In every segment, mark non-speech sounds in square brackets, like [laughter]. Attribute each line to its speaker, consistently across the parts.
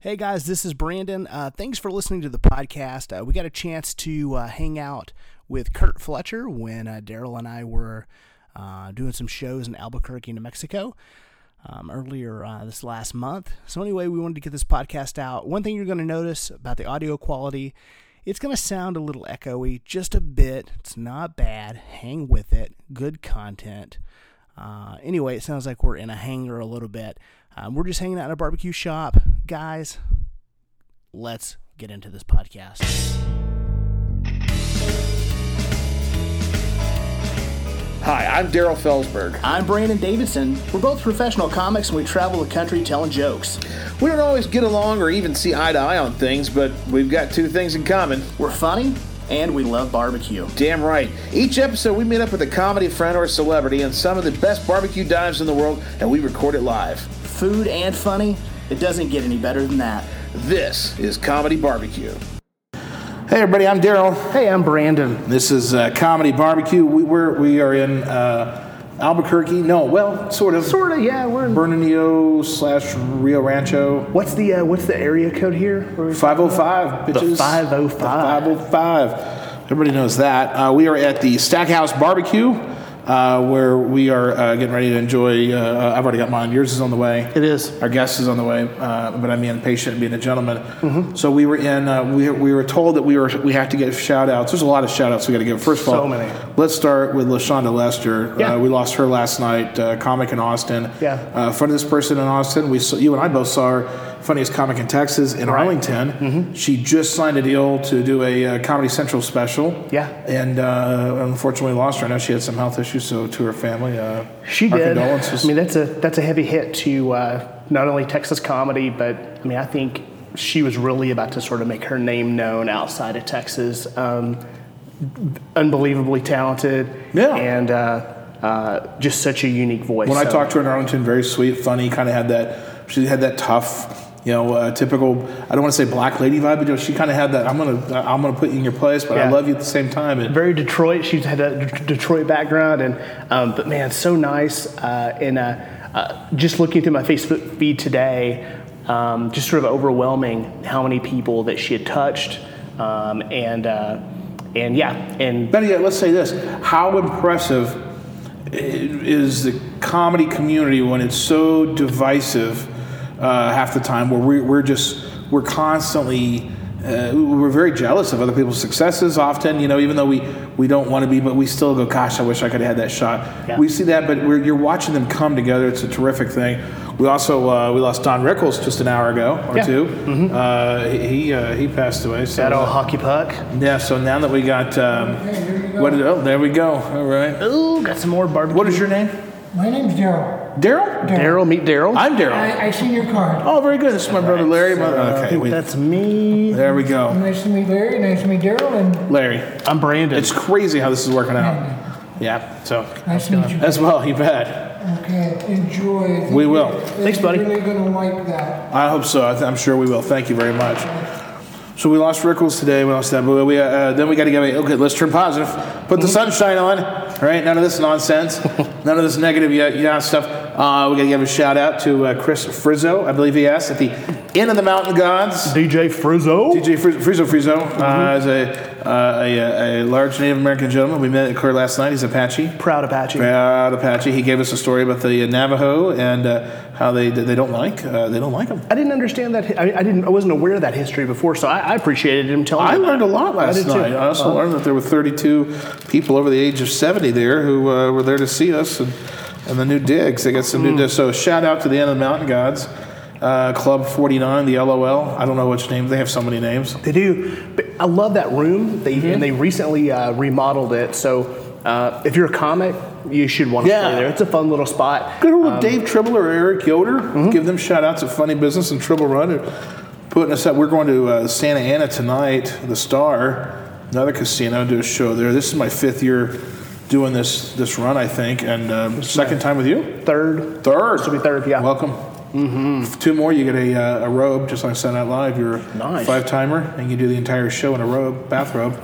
Speaker 1: Hey guys, this is Brandon. Uh, thanks for listening to the podcast. Uh, we got a chance to uh, hang out with Kurt Fletcher when uh, Daryl and I were uh, doing some shows in Albuquerque, New Mexico. Um, earlier uh, this last month. So, anyway, we wanted to get this podcast out. One thing you're going to notice about the audio quality, it's going to sound a little echoey, just a bit. It's not bad. Hang with it. Good content. Uh, anyway, it sounds like we're in a hangar a little bit. Um, we're just hanging out in a barbecue shop. Guys, let's get into this podcast.
Speaker 2: Hi, I'm Daryl Felsberg.
Speaker 1: I'm Brandon Davidson. We're both professional comics and we travel the country telling jokes.
Speaker 2: We don't always get along or even see eye to eye on things, but we've got two things in common.
Speaker 1: We're funny and we love barbecue.
Speaker 2: Damn right. Each episode, we meet up with a comedy friend or a celebrity on some of the best barbecue dives in the world, and we record it live.
Speaker 1: Food and funny, it doesn't get any better than that.
Speaker 2: This is Comedy Barbecue. Hey, everybody, I'm Daryl.
Speaker 1: Hey, I'm Brandon.
Speaker 2: This is uh, Comedy Barbecue. We, we're, we are in uh, Albuquerque. No, well, sort of.
Speaker 1: Sort of, yeah. We're in.
Speaker 2: Bernardino slash Rio Rancho.
Speaker 1: What's the uh, what's the area code here? Or-
Speaker 2: 505,
Speaker 1: The
Speaker 2: bitches.
Speaker 1: 505.
Speaker 2: The 505. Everybody knows that. Uh, we are at the Stackhouse Barbecue, uh, where we are uh, getting ready to enjoy. Uh, I've already got mine. Yours is on the way.
Speaker 1: It is.
Speaker 2: Our guest is on the way, uh, but I'm being patient and being a gentleman. So we were in. Uh, we, we were told that we were we have to give shout outs. There's a lot of shout outs we got to give. First of
Speaker 1: So
Speaker 2: all,
Speaker 1: many.
Speaker 2: Let's start with Lashonda Lester.
Speaker 1: Yeah.
Speaker 2: Uh, we lost her last night. Uh, comic in Austin.
Speaker 1: Yeah.
Speaker 2: Uh, funniest person in Austin. We saw, you and I both saw her funniest comic in Texas in Arlington.
Speaker 1: Mm-hmm.
Speaker 2: She just signed a deal to do a uh, Comedy Central special.
Speaker 1: Yeah.
Speaker 2: And uh, unfortunately lost her. I know she had some health issues. So to her family, uh,
Speaker 3: She
Speaker 2: our
Speaker 3: did.
Speaker 2: Condolences.
Speaker 3: I mean, that's a that's a heavy hit to uh, not only Texas comedy, but I mean, I think she was really about to sort of make her name known outside of Texas. Um, unbelievably talented,
Speaker 2: Yeah.
Speaker 3: and uh, uh, just such a unique voice.
Speaker 2: When I
Speaker 3: So-
Speaker 2: talked to her in Arlington, very sweet, funny, kind of had that. She had that tough, you know, uh, typical. I don't want to say black lady vibe, but you know, she kind of had that. I'm gonna, I'm gonna put you in your place, but I
Speaker 3: Yeah.
Speaker 2: love you at the same time. And
Speaker 3: very Detroit. She's had a D- Detroit background, and um, but man, so nice. Uh, and uh, uh, just looking through my Facebook feed today, um, just sort of overwhelming how many people that she had touched, um, and uh, and yeah, and
Speaker 2: better yet, let's say this: How impressive i- is the comedy community when it's so divisive uh, half the time, where we, we're just we're constantly. Uh, we're very jealous of other people's successes often, you know, even though we, we don't want to be, but we still go, gosh, I wish I could have had that shot.
Speaker 3: Yeah.
Speaker 2: We see that, but we're, you're watching them come together. It's a terrific thing. We also, uh, we lost Don Rickles just an hour ago or
Speaker 3: Yeah. Mm-hmm.
Speaker 2: 2 Uh, he, uh, he passed away. So
Speaker 3: that old hockey puck.
Speaker 2: yeah, so now that we got, um, what? did- oh, there we go. All right.
Speaker 3: Ooh, got some more barbecue.
Speaker 2: What is your name?
Speaker 4: My name's Daryl.
Speaker 2: Daryl.
Speaker 3: Daryl, meet Daryl.
Speaker 2: I'm Daryl.
Speaker 4: I, I see your card.
Speaker 2: Oh, very good. This is my brother Larry. My,
Speaker 3: I
Speaker 2: okay,
Speaker 3: think
Speaker 2: we,
Speaker 3: that's me.
Speaker 2: there we go.
Speaker 4: Nice to meet Larry. Nice to meet Daryl. And
Speaker 2: Larry.
Speaker 3: I'm Brandon.
Speaker 2: It's crazy how this is working
Speaker 3: Mm-hmm.
Speaker 2: out. Yeah. So
Speaker 4: nice to meet you.
Speaker 2: as well, you bet.
Speaker 4: Okay. Enjoy. I think
Speaker 2: We
Speaker 4: you-
Speaker 2: will.
Speaker 4: I think
Speaker 3: Thanks, buddy.
Speaker 4: You're really gonna like that.
Speaker 2: I hope so. I th- I'm sure we will. Thank you very much. So we lost Rickles today. We lost that. But we uh, then we got to go. Okay, let's turn positive. Put the sunshine on. All right. None of this nonsense. none of this negative yeah, yeah stuff. Uh, we got to give a shout out to uh, Chris Frizzo, I believe he asked at the Inn of the Mountain Gods.
Speaker 3: DJ Frizzo.
Speaker 2: DJ Friz- Frizzo Frizzo uh, is a, uh, a, a large Native American gentleman. We met at Clear last night. He's Apache.
Speaker 3: Proud Apache.
Speaker 2: Proud Apache. He gave us a story about the uh, Navajo and uh, how they they don't like uh, they don't like them.
Speaker 3: I didn't understand that. hi- I, I didn't. I wasn't aware of that history before, so I, I appreciated him telling. me
Speaker 2: I Uh-huh.
Speaker 3: about
Speaker 2: learned a lot
Speaker 3: I
Speaker 2: last
Speaker 3: did too.
Speaker 2: night. I also learned that there were 32 people over the age of 70 there who uh, were there to see us and, and the new digs. They got some new digs. So shout out to the End of the Mountain Gods, uh, Club 49, the LOL. I don't know which name. They have so many names.
Speaker 3: They do. But I love that room. They and they recently uh, remodeled it. So uh, if you're a comic, you should want to
Speaker 2: Yeah.
Speaker 3: play there. It's a fun little spot.
Speaker 2: Good old Dave Tribble or Eric Yoder. Give them shout outs at Funny Business and Tribble Run. are Putting us up. We're going to uh, Santa Ana tonight, the Star, another casino, do a show there. This is my fifth year doing this this run, I think, and um, second time with you.
Speaker 3: Third.
Speaker 2: Third.
Speaker 3: This will be third, yeah.
Speaker 2: Welcome. Mm-hmm. Two more, you get a, uh, a robe, just like Saturday Night Live. You're a
Speaker 3: Nice.
Speaker 2: five timer, and you do the entire show in a robe, bathrobe.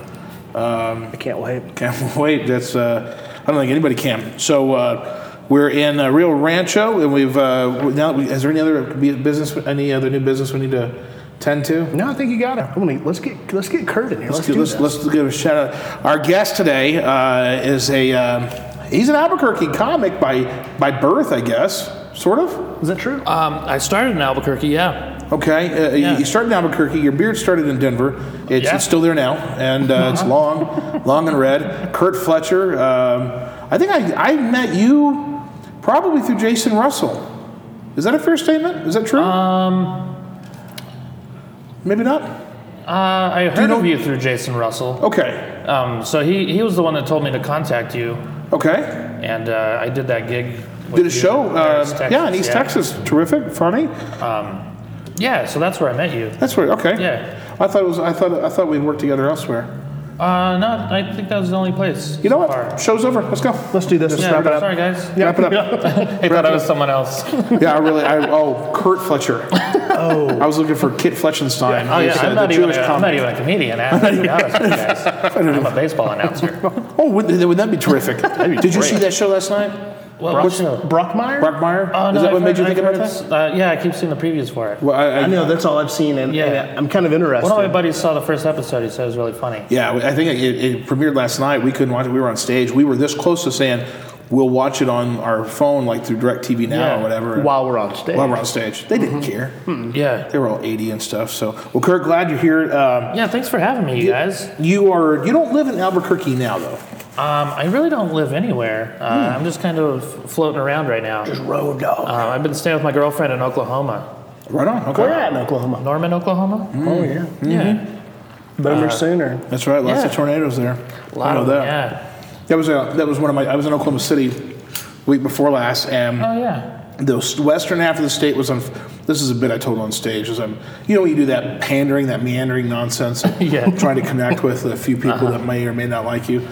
Speaker 3: I can't wait.
Speaker 2: [laughs] Can't wait. That's uh, I don't think anybody can. So uh, We're in uh, Rio Rancho, and we've uh, now. we- Is there any other business? Any other new business we need to tend to?
Speaker 3: No, I think you got it. Let me- Let's get let's get Kurt in here. Let's,
Speaker 2: Let's,
Speaker 3: do
Speaker 2: give, let's,
Speaker 3: this.
Speaker 2: let's give a shout out. Our guest today uh, is a um, he's an Albuquerque comic by by birth, I guess, sort of.
Speaker 3: Is that true?
Speaker 5: Um, I started in Albuquerque, yeah.
Speaker 2: Okay, uh, you-
Speaker 5: Yeah.
Speaker 2: you started in Albuquerque. Your beard started in Denver. It's,
Speaker 5: Yeah. Uh-huh.
Speaker 2: it's still there now, and uh, it's long, long and red. Kurt Fletcher. Um, I think I, I met you probably through Jason Russell. Is that a fair statement? Is that true?
Speaker 5: Um,
Speaker 2: Maybe not.
Speaker 5: uh, I heard
Speaker 2: know- Oh.
Speaker 5: of you through Jason Russell.
Speaker 2: Okay.
Speaker 5: Um, so he, he was the one that told me to contact you,
Speaker 2: Okay.
Speaker 5: and uh, I did that gig. with
Speaker 2: Did
Speaker 5: you
Speaker 2: a show.
Speaker 5: there in
Speaker 2: Uh,
Speaker 5: Texas,
Speaker 2: yeah, in East Texas. Terrific. Funny.
Speaker 5: Yeah, so that's where I met you.
Speaker 2: That's right. Okay.
Speaker 5: Yeah.
Speaker 2: I thought it was. I thought. I thought we worked together elsewhere.
Speaker 5: Uh, no, I think that was the only place.
Speaker 2: You know
Speaker 5: so
Speaker 2: what?
Speaker 5: far.
Speaker 2: Show's over. Let's go.
Speaker 3: let's do this.
Speaker 5: Yeah,
Speaker 3: Let's wrap it up.
Speaker 5: sorry guys.
Speaker 2: Wrap
Speaker 5: [laughs]
Speaker 2: it up.
Speaker 5: I thought I was someone else.
Speaker 2: [laughs] yeah, I really. I, oh, Kurt Fletcher. oh. I was looking for Kit Fletchenstein.
Speaker 5: Oh
Speaker 2: who's,
Speaker 5: yeah,
Speaker 2: uh,
Speaker 5: I'm
Speaker 2: the
Speaker 5: not, even
Speaker 2: Jewish
Speaker 5: a, I'm not
Speaker 2: comic.
Speaker 5: even a
Speaker 2: [laughs]
Speaker 5: comedian. I have to be honest with you guys. I'm a baseball announcer.
Speaker 2: Oh, wouldn't, wouldn't that be
Speaker 5: [laughs]
Speaker 2: terrific? Did you see
Speaker 5: great.
Speaker 2: that show last night?
Speaker 5: What, what
Speaker 2: What's-
Speaker 5: show?
Speaker 3: Brockmeyer.
Speaker 2: Brock Meyer.
Speaker 5: Oh, no,
Speaker 2: Is that
Speaker 5: I've
Speaker 2: what made you
Speaker 5: heard-
Speaker 2: think
Speaker 5: I've
Speaker 2: about
Speaker 5: heard
Speaker 2: that?
Speaker 5: it's- Uh, yeah, I keep seeing the previews for it.
Speaker 2: Well, I, I,
Speaker 3: I know that's all I've seen, and,
Speaker 5: Yeah.
Speaker 3: and I'm kind of interested.
Speaker 5: One of my buddies saw the first episode. He said it was really funny.
Speaker 2: Yeah, I think it, it premiered last night. We couldn't watch it. We were on stage. We were this close to saying we'll watch it on our phone, like through DirecTV now or
Speaker 5: Yeah.
Speaker 2: whatever.
Speaker 3: while we're on stage.
Speaker 2: While we're on stage, they
Speaker 5: Mm-hmm.
Speaker 2: didn't care.
Speaker 5: Yeah.
Speaker 2: They were all 80 and stuff. So, well, Kurt, glad you're here. Um,
Speaker 5: Yeah, thanks for having me, you guys.
Speaker 2: You are you don't live in Albuquerque now though.
Speaker 5: Um, I really don't live anywhere.
Speaker 2: Hmm.
Speaker 5: Uh, I'm just kind of floating around right now. Uh,
Speaker 3: Road dog.
Speaker 5: I've been staying with my girlfriend in Oklahoma.
Speaker 2: Right on. Okay.
Speaker 3: We're at in Oklahoma.
Speaker 5: Norman, Oklahoma?
Speaker 2: Hmm.
Speaker 5: Mm-hmm.
Speaker 3: Oh yeah,
Speaker 5: Yeah.
Speaker 3: Boomer Sooner.
Speaker 2: That's right. Lots of
Speaker 5: Yeah.
Speaker 2: tornadoes there.
Speaker 5: A lot
Speaker 2: I know
Speaker 5: of them,
Speaker 2: that.
Speaker 5: yeah.
Speaker 2: That was a, that was one of my. I was in Oklahoma City week before last, and
Speaker 5: Oh, yeah.
Speaker 2: the s- western half of the state was on. This is a bit I told on stage. Is I'm you know when you do that pandering, that meandering nonsense, of
Speaker 5: Yeah.
Speaker 2: trying to connect with a few people that may or may not like you,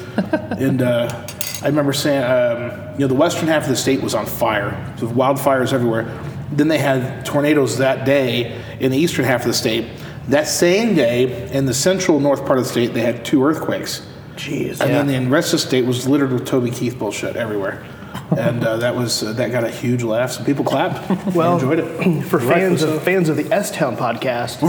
Speaker 2: and. Uh, I remember saying, um, you know, the western half of the state was on fire. So wildfires everywhere. Then they had tornadoes that day in the eastern half of the state. That same day, in the central north part of the state, they had two earthquakes.
Speaker 3: Jeez.
Speaker 2: And then the rest of the state was littered with Toby Keith bullshit everywhere. And uh, that was uh, that got a huge laugh. Some people clapped.
Speaker 3: Well,
Speaker 2: enjoyed it.
Speaker 3: For
Speaker 2: Rightfully
Speaker 3: fans
Speaker 2: so.
Speaker 3: of fans of the S Town
Speaker 2: [laughs]
Speaker 3: podcast,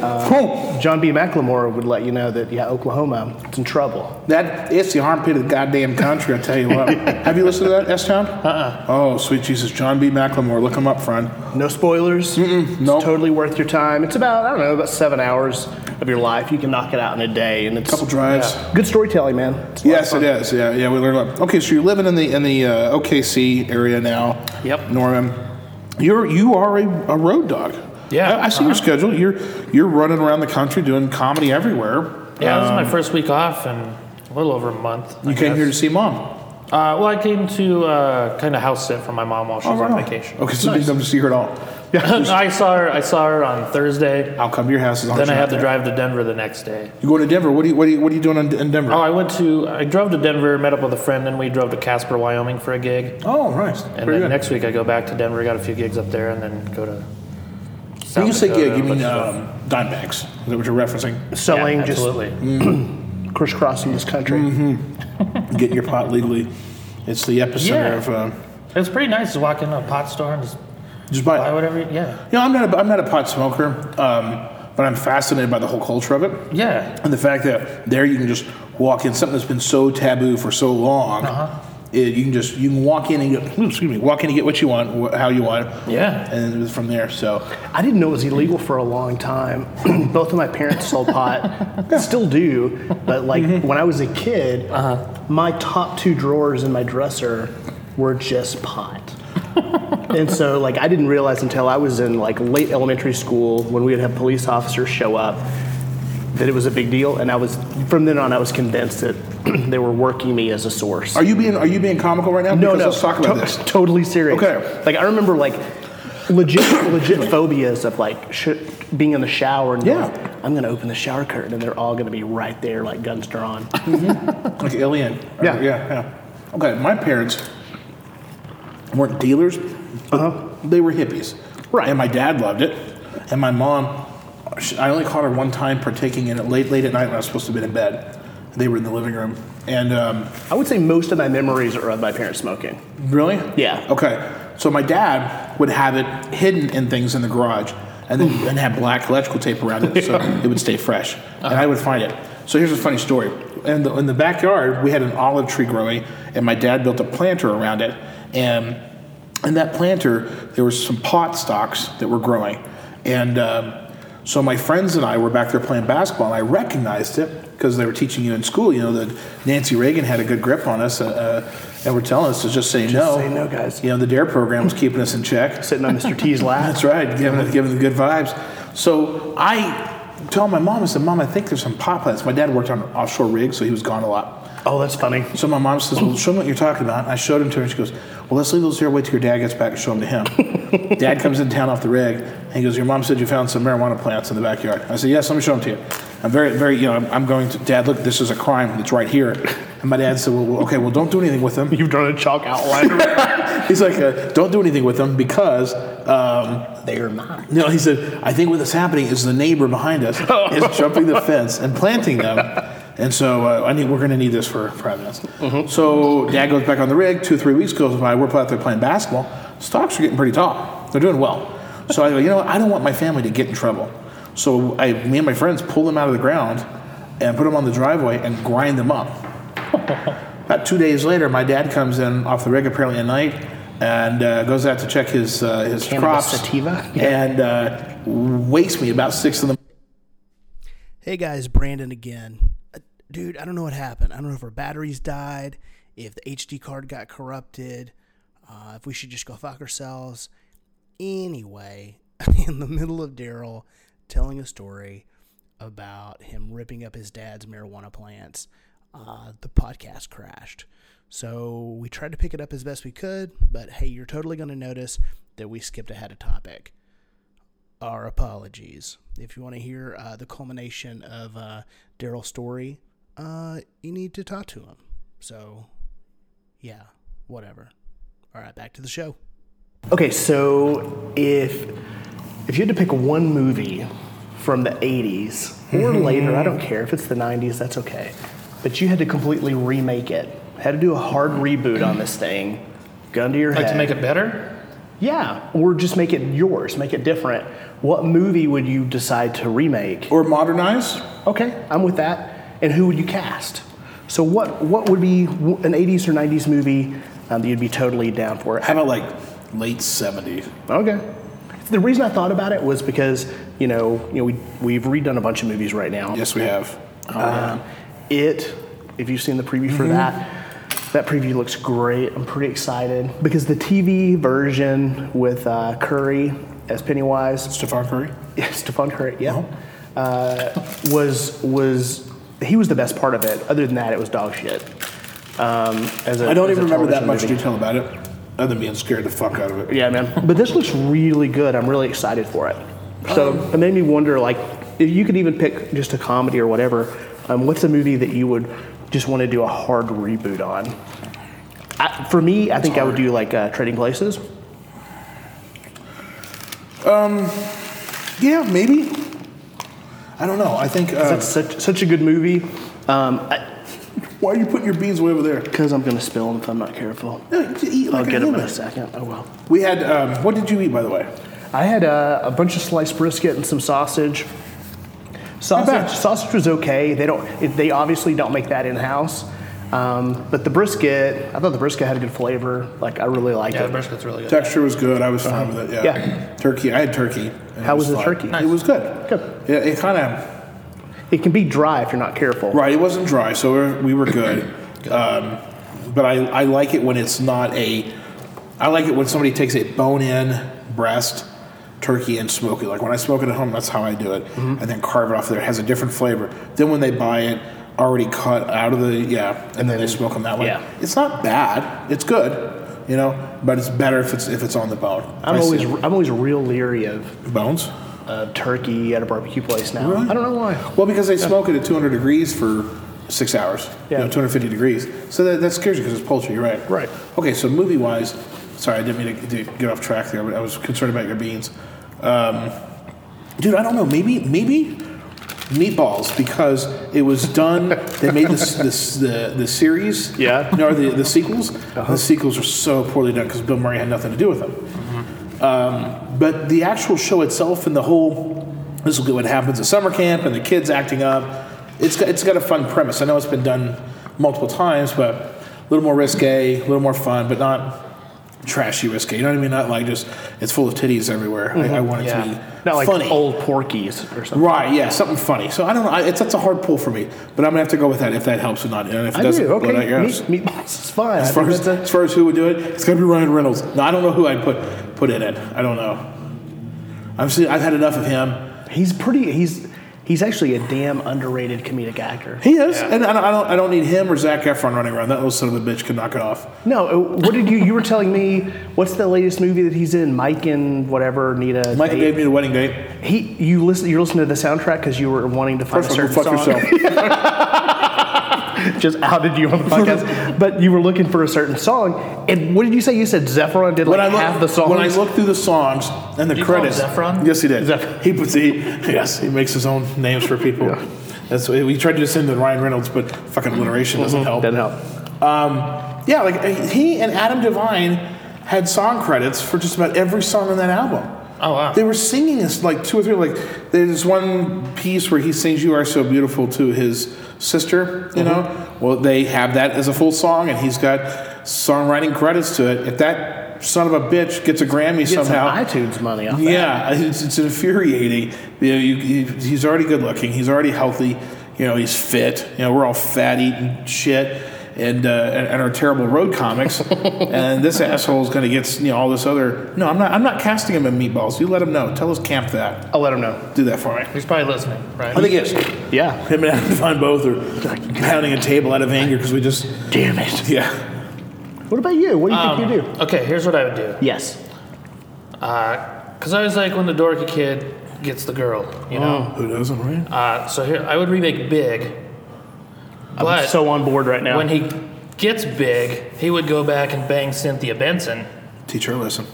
Speaker 3: Uh, John B. McLemore would let you know that yeah, Oklahoma, it's in trouble.
Speaker 2: that it's the armpit of the goddamn country. I tell you what. Have you listened to that S Town? Uh-uh. Oh, sweet Jesus, John B. McLemore, look him up, friend.
Speaker 3: No spoilers. It's
Speaker 2: no.
Speaker 3: totally worth your time. It's about I don't know about seven hours of your life. You can knock it out in a day, and it's
Speaker 2: Couple drives.
Speaker 3: good storytelling, man. It's a lot of
Speaker 2: Yes,
Speaker 3: fun.
Speaker 2: it is. Yeah, yeah, we learned a lot. Okay, so you're living in the in the uh, OKC area now.
Speaker 5: Yep.
Speaker 2: Norman, you're you are a, a road dog.
Speaker 5: Yeah,
Speaker 2: I, I see your schedule. You're you're running around the country doing comedy everywhere.
Speaker 5: Yeah, this is my first week off in a little over a month. I
Speaker 2: Um, You came here to
Speaker 5: guess.
Speaker 2: see mom.
Speaker 5: Uh, well, I came to uh, kind of house sit for my mom while she was
Speaker 2: right
Speaker 5: on
Speaker 2: on.
Speaker 5: vacation.
Speaker 2: Oh, Okay, so you didn't come to see her at all.
Speaker 5: [laughs] I saw her. I saw her on Thursday.
Speaker 2: I'll come to your house as long as
Speaker 5: Then I
Speaker 2: you're
Speaker 5: had
Speaker 2: not
Speaker 5: to
Speaker 2: there.
Speaker 5: drive to Denver the next day.
Speaker 2: You going to Denver? What are you what are you, what are you doing in, in Denver?
Speaker 5: Oh, I went to. I drove to Denver, met up with a friend, and we drove to Casper, Wyoming for a gig.
Speaker 2: oh right.
Speaker 5: And
Speaker 2: Very
Speaker 5: then
Speaker 2: good.
Speaker 5: next week I go back to Denver. Got a few gigs up there, and then go to. South
Speaker 2: when you say
Speaker 5: Dakota,
Speaker 2: gig, you
Speaker 5: a bunch
Speaker 2: mean
Speaker 5: of stuff.
Speaker 2: um, dime bags? Is that what you're referencing?
Speaker 3: Selling
Speaker 5: yeah,
Speaker 3: just
Speaker 5: absolutely.
Speaker 3: crisscrossing this country.
Speaker 2: Mm-hmm. Get your pot legally. It's the epicenter
Speaker 5: Yeah.
Speaker 2: of uh,
Speaker 5: It's pretty nice to walk into a pot store and just
Speaker 2: just buy it.
Speaker 5: buy whatever. Yeah,
Speaker 2: You know, I'm not a, I'm not a pot smoker, um, but I'm fascinated by the whole culture of it
Speaker 5: yeah,
Speaker 2: and the fact that there you can just walk in something that's been so taboo for so long.
Speaker 5: Uh-huh.
Speaker 2: It, you can just you can walk in and get excuse me walk in and get what you want wh- how you want
Speaker 5: yeah.
Speaker 2: and it was from there so
Speaker 3: I didn't know it was illegal for a long time. [clears throat] Both of my parents
Speaker 2: [laughs]
Speaker 3: sold pot, still do. [laughs] But [laughs] like
Speaker 2: Mm-hmm.
Speaker 3: when I was a kid,
Speaker 1: Uh-huh.
Speaker 3: my top two drawers in my dresser were just pot. [laughs] and so like I didn't realize until I was in like late elementary school when we would have police officers show up that it was a big deal. And I was from then on I was convinced that [clears throat] they were working me as a source.
Speaker 2: are you being are you being comical right now
Speaker 3: No,
Speaker 2: Because
Speaker 3: no.
Speaker 2: let's talk about
Speaker 3: To- [laughs]
Speaker 2: this
Speaker 3: Totally serious.
Speaker 2: Okay.
Speaker 3: Like I remember like legit [coughs] legit phobias of like sh- being in the shower and
Speaker 2: Yeah.
Speaker 3: yeah. I'm gonna open the shower curtain and they're all gonna be right there like guns drawn. [laughs]
Speaker 2: like alien Or-
Speaker 3: Yeah.
Speaker 2: yeah yeah okay my parents weren't dealers but they were hippies
Speaker 3: Right.
Speaker 2: and my dad loved it and my mom she- I only caught her one time partaking in it late late at night when I was supposed to have been in bed They were in the living room. And um,
Speaker 3: I would say most of my memories are of my parents smoking.
Speaker 2: really?
Speaker 3: Yeah.
Speaker 2: Okay. So my dad would have it hidden in things in the garage and then and have black electrical tape around it so it would stay fresh. And I would find it. So here's a funny story. In the, in the backyard, we had an olive tree growing, and my dad built a planter around it. And in that planter, there was some pot stocks that were growing. And um, so my friends and I were back there playing basketball, and I recognized it because they were teaching you in school, you know, that Nancy Reagan had a good grip on us uh, uh, and were telling us to just say no.
Speaker 3: say no, guys.
Speaker 2: You know, the DARE program was keeping us in
Speaker 3: [laughs]
Speaker 2: check.
Speaker 3: Sitting on Mr. T's lap.
Speaker 2: That's right, giving it, giving the good vibes. So I told my mom, I said, Mom, I think there's some pot plants. My dad worked on an offshore rig, so he was gone a lot.
Speaker 3: [laughs] Oh, that's funny.
Speaker 2: So my mom says, Well, show him what you're talking about. And I showed him to her, and she goes, Well, let's leave those here, wait till your dad gets back and show them to him. dad comes in town off the rig, and he goes, Your mom said you found some marijuana plants in the backyard. I said, Yes, let me show them to you. I'm very, very, you know, I'm, I'm going to, Dad, look, this is a crime that's right here. And my dad said, Well, well, okay, well, don't do anything with them.
Speaker 3: You've drawn a chalk outline.
Speaker 2: He's like, uh, don't do anything with them because um, they are not. No, he said, I think what is happening is the neighbor behind us is jumping the fence and planting them. And so uh, I need, we're going to need this for for evidence. So dad goes back on the rig. Two, three weeks goes by. We're out there playing basketball. Stocks are getting pretty tall. They're doing well. So I go, you know what? I don't want my family to get in trouble. So I, me and my friends pull them out of the ground and put them on the driveway and grind them up. About two days later, my dad comes in off the rig apparently at night and uh, goes out to check his uh, his
Speaker 3: Cannabis
Speaker 2: crops
Speaker 3: sativa?
Speaker 2: and uh, wakes me about six in the
Speaker 1: Hey guys, Brandon again. Uh, Dude, I don't know what happened. I don't know if our batteries died, if the HD card got corrupted, uh, if we should just go fuck ourselves. Anyway, [laughs] in the middle of Daryl telling a story about him ripping up his dad's marijuana plants, uh, the podcast crashed. So we tried to pick it up as best we could, but hey, you're totally going to notice that we skipped ahead of topic our apologies. If you want to hear uh, the culmination of uh, Daryl's story, uh, you need to talk to him. So, yeah, whatever. All right, back to the show.
Speaker 3: okay, so if if you had to pick one movie from the 80s or
Speaker 5: Mm-hmm.
Speaker 3: later, I don't care if it's the 90s, that's okay. But you had to completely remake it. Had to do a hard reboot on this thing. Gun to your
Speaker 5: Like
Speaker 3: head.
Speaker 5: to make it better?
Speaker 3: Yeah, or just make it yours, make it different. What movie would you decide to remake?
Speaker 2: or modernized.
Speaker 3: Okay, I'm with that. And who would you cast? So what what would be w- an 80s or 90s movie um, that you'd be totally down for?
Speaker 2: How about like late seventies?
Speaker 3: Okay. The reason I thought about it was because you know you know we we've redone a bunch of movies right now.
Speaker 2: Yes, we have.
Speaker 3: Um, it, if you've seen the preview
Speaker 2: Mm-hmm.
Speaker 3: for that, that preview looks great. I'm pretty excited because the TV version with uh, Curry as Pennywise, [laughs]
Speaker 2: Stephon Curry.
Speaker 3: yeah, Stephon Curry, yeah,
Speaker 2: Uh-huh.
Speaker 3: uh, was was he was the best part of it. Other than that, it was dog shit. Um, as a,
Speaker 2: I don't
Speaker 3: as a
Speaker 2: even remember that
Speaker 3: television
Speaker 2: much
Speaker 3: movie.
Speaker 2: detail about it, other than being scared the fuck out of it.
Speaker 3: Yeah, man. But this looks really good. I'm really excited for it. So
Speaker 2: Um,
Speaker 3: it made me wonder, like, if you could even pick just a comedy or whatever, um, what's a movie that you would just want to do a hard reboot on? I, for me, I think I would do like uh, Trading Places.
Speaker 2: Yeah, maybe. I don't know. I think. Uh,
Speaker 3: That's such such a good movie. Um,
Speaker 2: why are you putting your beans way over there?
Speaker 3: because I'm gonna spill them if I'm not careful.
Speaker 2: No, you eat
Speaker 3: I'll
Speaker 2: like a
Speaker 3: get them in
Speaker 2: human.
Speaker 3: a second. Oh well.
Speaker 2: We had. Um, what did you eat, by the way?
Speaker 3: I had uh, a bunch of sliced brisket and some sausage.
Speaker 2: bad.
Speaker 3: Sausage, sausage was okay. They don't. It, they obviously don't make that in house. Um, but the brisket, I thought the brisket had a good flavor. Like I really liked
Speaker 5: Yeah, the
Speaker 3: it.
Speaker 5: brisket's really good.
Speaker 2: Texture was good. I was fine with it. Yeah.
Speaker 3: Uh-huh. Yeah.
Speaker 2: Turkey. I had turkey. and
Speaker 3: How
Speaker 2: it
Speaker 3: was the
Speaker 2: fine.
Speaker 3: turkey?
Speaker 2: It was good.
Speaker 3: Good.
Speaker 2: Yeah, it kind of
Speaker 3: It can be dry if you're not careful.
Speaker 2: right. It wasn't dry, so we were, we were
Speaker 3: [coughs]
Speaker 2: good. Um, but I, I like it when it's not a. I like it when somebody takes a bone-in breast turkey and smoke it. Like when I smoke it at home, that's how I do it, and
Speaker 3: Mm-hmm.
Speaker 2: then carve it off there. It has a different flavor. Then when they buy it already cut out of the yeah, and, then they smoke them that way.
Speaker 3: Mm-hmm. yeah.
Speaker 2: It's not bad. It's good. You know, but it's better if it's if it's on the bone.
Speaker 3: I'm
Speaker 2: I see
Speaker 3: always
Speaker 2: it.
Speaker 3: I'm always real leery of
Speaker 2: bones.
Speaker 3: uh, turkey at a barbecue place now.
Speaker 2: Really?
Speaker 3: I don't know why.
Speaker 2: Well, because they smoke it at 200 degrees for six hours, you
Speaker 3: Yeah.
Speaker 2: know, 250 degrees. So that, that scares you because it's poultry, you're right.
Speaker 3: Right.
Speaker 2: Okay, so movie wise, sorry, I didn't mean to, to get off track there, but I was concerned about your beans. Um, dude, I don't know. Maybe, maybe meatballs because it was done. they made this, [laughs] this the the series.
Speaker 3: Yeah. Uh-huh.
Speaker 2: No, the the sequels. The sequels were so poorly done because Bill Murray had nothing to do with them. Um, but the actual show itself and the whole this will get what happens at summer camp and the kids acting up. It's got, it's got a fun premise. I know it's been done multiple times, but a little more risque, a little more fun, but not trashy risque. You know what I mean? Not like just it's full of titties everywhere. I, I want it to be
Speaker 3: Mm-hmm. Not like
Speaker 2: funny.
Speaker 3: old porkies or something.
Speaker 2: Right, yeah, something funny. So I don't know. I, it's that's a hard pull for me, but I'm gonna have to go with that if that helps or not. And if it
Speaker 3: I
Speaker 2: doesn't,
Speaker 3: do. Okay.
Speaker 2: well, that goes.
Speaker 3: Meat, meatballs is fine. I
Speaker 2: As
Speaker 3: think
Speaker 2: far as,
Speaker 3: that's a-
Speaker 2: as far as who would do it, it's gonna be Ryan Reynolds. No, I don't know who I'd put put it in. I don't know. I've seen, I've had enough of him.
Speaker 3: he's pretty. He's he's actually a damn underrated comedic actor.
Speaker 2: He is, and I don't, I don't I don't need him or Zach Efron running around. That little son of a bitch could knock it off.
Speaker 3: No, uh, what did you? You were telling me what's the latest movie that he's in? Mike and whatever Nita.
Speaker 2: Mike and Dave need a wedding date.
Speaker 3: He, you listen. You're listening to the soundtrack because you were wanting to find
Speaker 2: First
Speaker 3: a
Speaker 2: of all,
Speaker 3: certain
Speaker 2: go fuck
Speaker 3: song.
Speaker 2: yourself.
Speaker 3: Just outed you on
Speaker 2: [laughs]
Speaker 3: the podcast, but you were looking for a certain song. And what did you say? You said Zephyron did
Speaker 2: [laughs]
Speaker 3: like
Speaker 2: when I look,
Speaker 3: half the songs.
Speaker 2: When I look through the songs and the
Speaker 5: you call him
Speaker 2: credits,
Speaker 5: Zephron?
Speaker 2: yes, he did.
Speaker 3: Zeph-
Speaker 2: He puts he, yes, he makes his own names for people. That's what, we tried to send to Ryan Reynolds, but fucking alliteration doesn't help.
Speaker 3: Mm-hmm. Doesn't help.
Speaker 2: Um, yeah, like uh, he and Adam Devine had song credits for just about every song on that album.
Speaker 5: Oh, wow.
Speaker 2: They were singing this like two or three. Like there's one piece where he sings "You Are So Beautiful" to his sister. You know, well they have that as a full song, and he's got songwriting credits to it. If that son of a bitch gets a Grammy
Speaker 3: Get some
Speaker 2: somehow,
Speaker 3: iTunes money off that.
Speaker 2: yeah, it's, it's infuriating. You know, you, you, he's already good looking. He's already healthy. You know, he's fit. You know, we're all fat eating shit, and uh, and, and our terrible road comics. and this asshole's going to get you know all this other. No, I'm not. I'm not casting him in meatballs. You let him know. Tell us camp that.
Speaker 3: I'll let him know.
Speaker 2: Do that for me.
Speaker 5: He's probably listening, right?
Speaker 2: I think yes. Him
Speaker 3: Yeah.
Speaker 2: and Adam Devine both are pounding a table out of anger because we just
Speaker 3: Damn it.
Speaker 2: yeah.
Speaker 3: What about you? What do you think
Speaker 2: Um,
Speaker 3: you do?
Speaker 5: Okay, here's what I would do.
Speaker 3: Yes.
Speaker 5: Because I was like when the dorky kid gets the girl, you know?
Speaker 2: Who doesn't right?
Speaker 5: Oh. Uh, so here, I would remake Big. But
Speaker 3: I'm so on board right now.
Speaker 5: when he gets big, he would go back and bang Cynthia Benson,
Speaker 2: Teach her a lesson.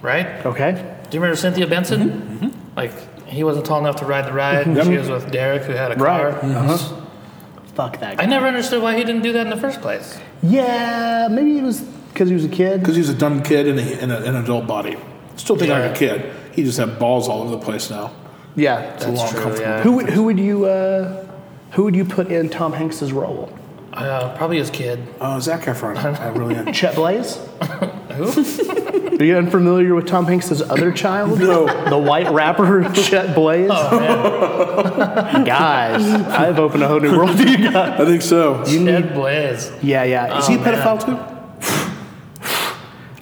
Speaker 5: right?
Speaker 3: okay.
Speaker 5: Do you remember Cynthia Benson? Mm-hmm. Like, he wasn't tall enough to ride the ride, and she was with Derek, who had a car.
Speaker 3: Right. Uh-huh. Fuck that guy.
Speaker 5: I never understood why he didn't do that in the first place.
Speaker 3: Yeah, maybe it was because he was a kid.
Speaker 2: Because he's a dumb kid in, a, in a, an adult body. Still think like
Speaker 5: Yeah.
Speaker 2: a kid. He just had balls all over the place now.
Speaker 3: Yeah.
Speaker 5: That's
Speaker 2: long,
Speaker 5: true,
Speaker 2: comfortable.
Speaker 5: yeah.
Speaker 3: Who would who would you uh, who would you put in Tom Hanks's role?
Speaker 5: Uh, probably his kid.
Speaker 2: Oh, Zach Efron. I really am.
Speaker 3: Chet
Speaker 5: [laughs]
Speaker 3: Blaze. Are you unfamiliar with Tom Hanks's other child? No. The white rapper
Speaker 5: [laughs]
Speaker 3: Chet Blaze.
Speaker 5: Oh,
Speaker 3: [laughs] Guys, I've opened a whole new world to you guys.
Speaker 2: I think so. Is
Speaker 5: Ned Blaze.
Speaker 3: Yeah, yeah.
Speaker 2: he a pedophile too?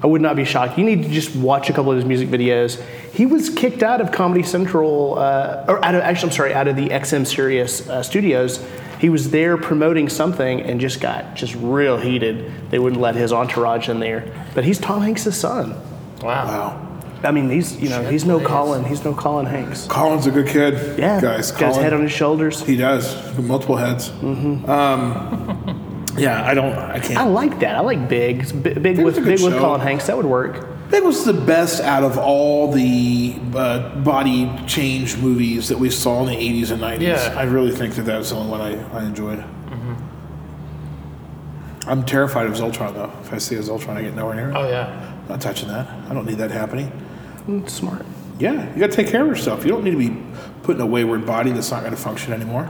Speaker 3: I would not be shocked. You need to just watch a couple of his music videos. He was kicked out of Comedy Central, uh, or out of actually, I'm sorry, out of the XM Sirius uh, studios. He was there promoting something and just got just real heated. They wouldn't let his entourage in there. But he's Tom Hanks' son.
Speaker 5: Wow.
Speaker 2: Wow.
Speaker 3: I mean, he's you know he's no Colin. He's no Colin Hanks.
Speaker 2: Colin's a good kid.
Speaker 3: Yeah,
Speaker 2: Guys,
Speaker 3: got his
Speaker 2: Colin.
Speaker 3: head on his shoulders.
Speaker 2: he does. Multiple heads. Mm-hmm. Um, yeah, I don't. I
Speaker 3: I
Speaker 2: can't.
Speaker 3: like that. I like big, It's big, big
Speaker 2: Big's
Speaker 3: with
Speaker 2: a good
Speaker 3: big with
Speaker 2: show.
Speaker 3: Colin Hanks. That would work.
Speaker 2: That was the best out of all the uh, body change movies that we saw in the 80s and 90s.
Speaker 5: Yeah.
Speaker 2: I really think that that was the only one I, I enjoyed. I'm terrified of Zoltron, though. If I see a Zoltron, I get nowhere near it.
Speaker 5: Oh, yeah.
Speaker 2: Not touching that. I don't need that happening.
Speaker 3: Mm, Smart.
Speaker 2: Yeah, you got to take care of yourself. You don't need to be put in a wayward body that's not going to function
Speaker 3: [laughs]
Speaker 2: anymore.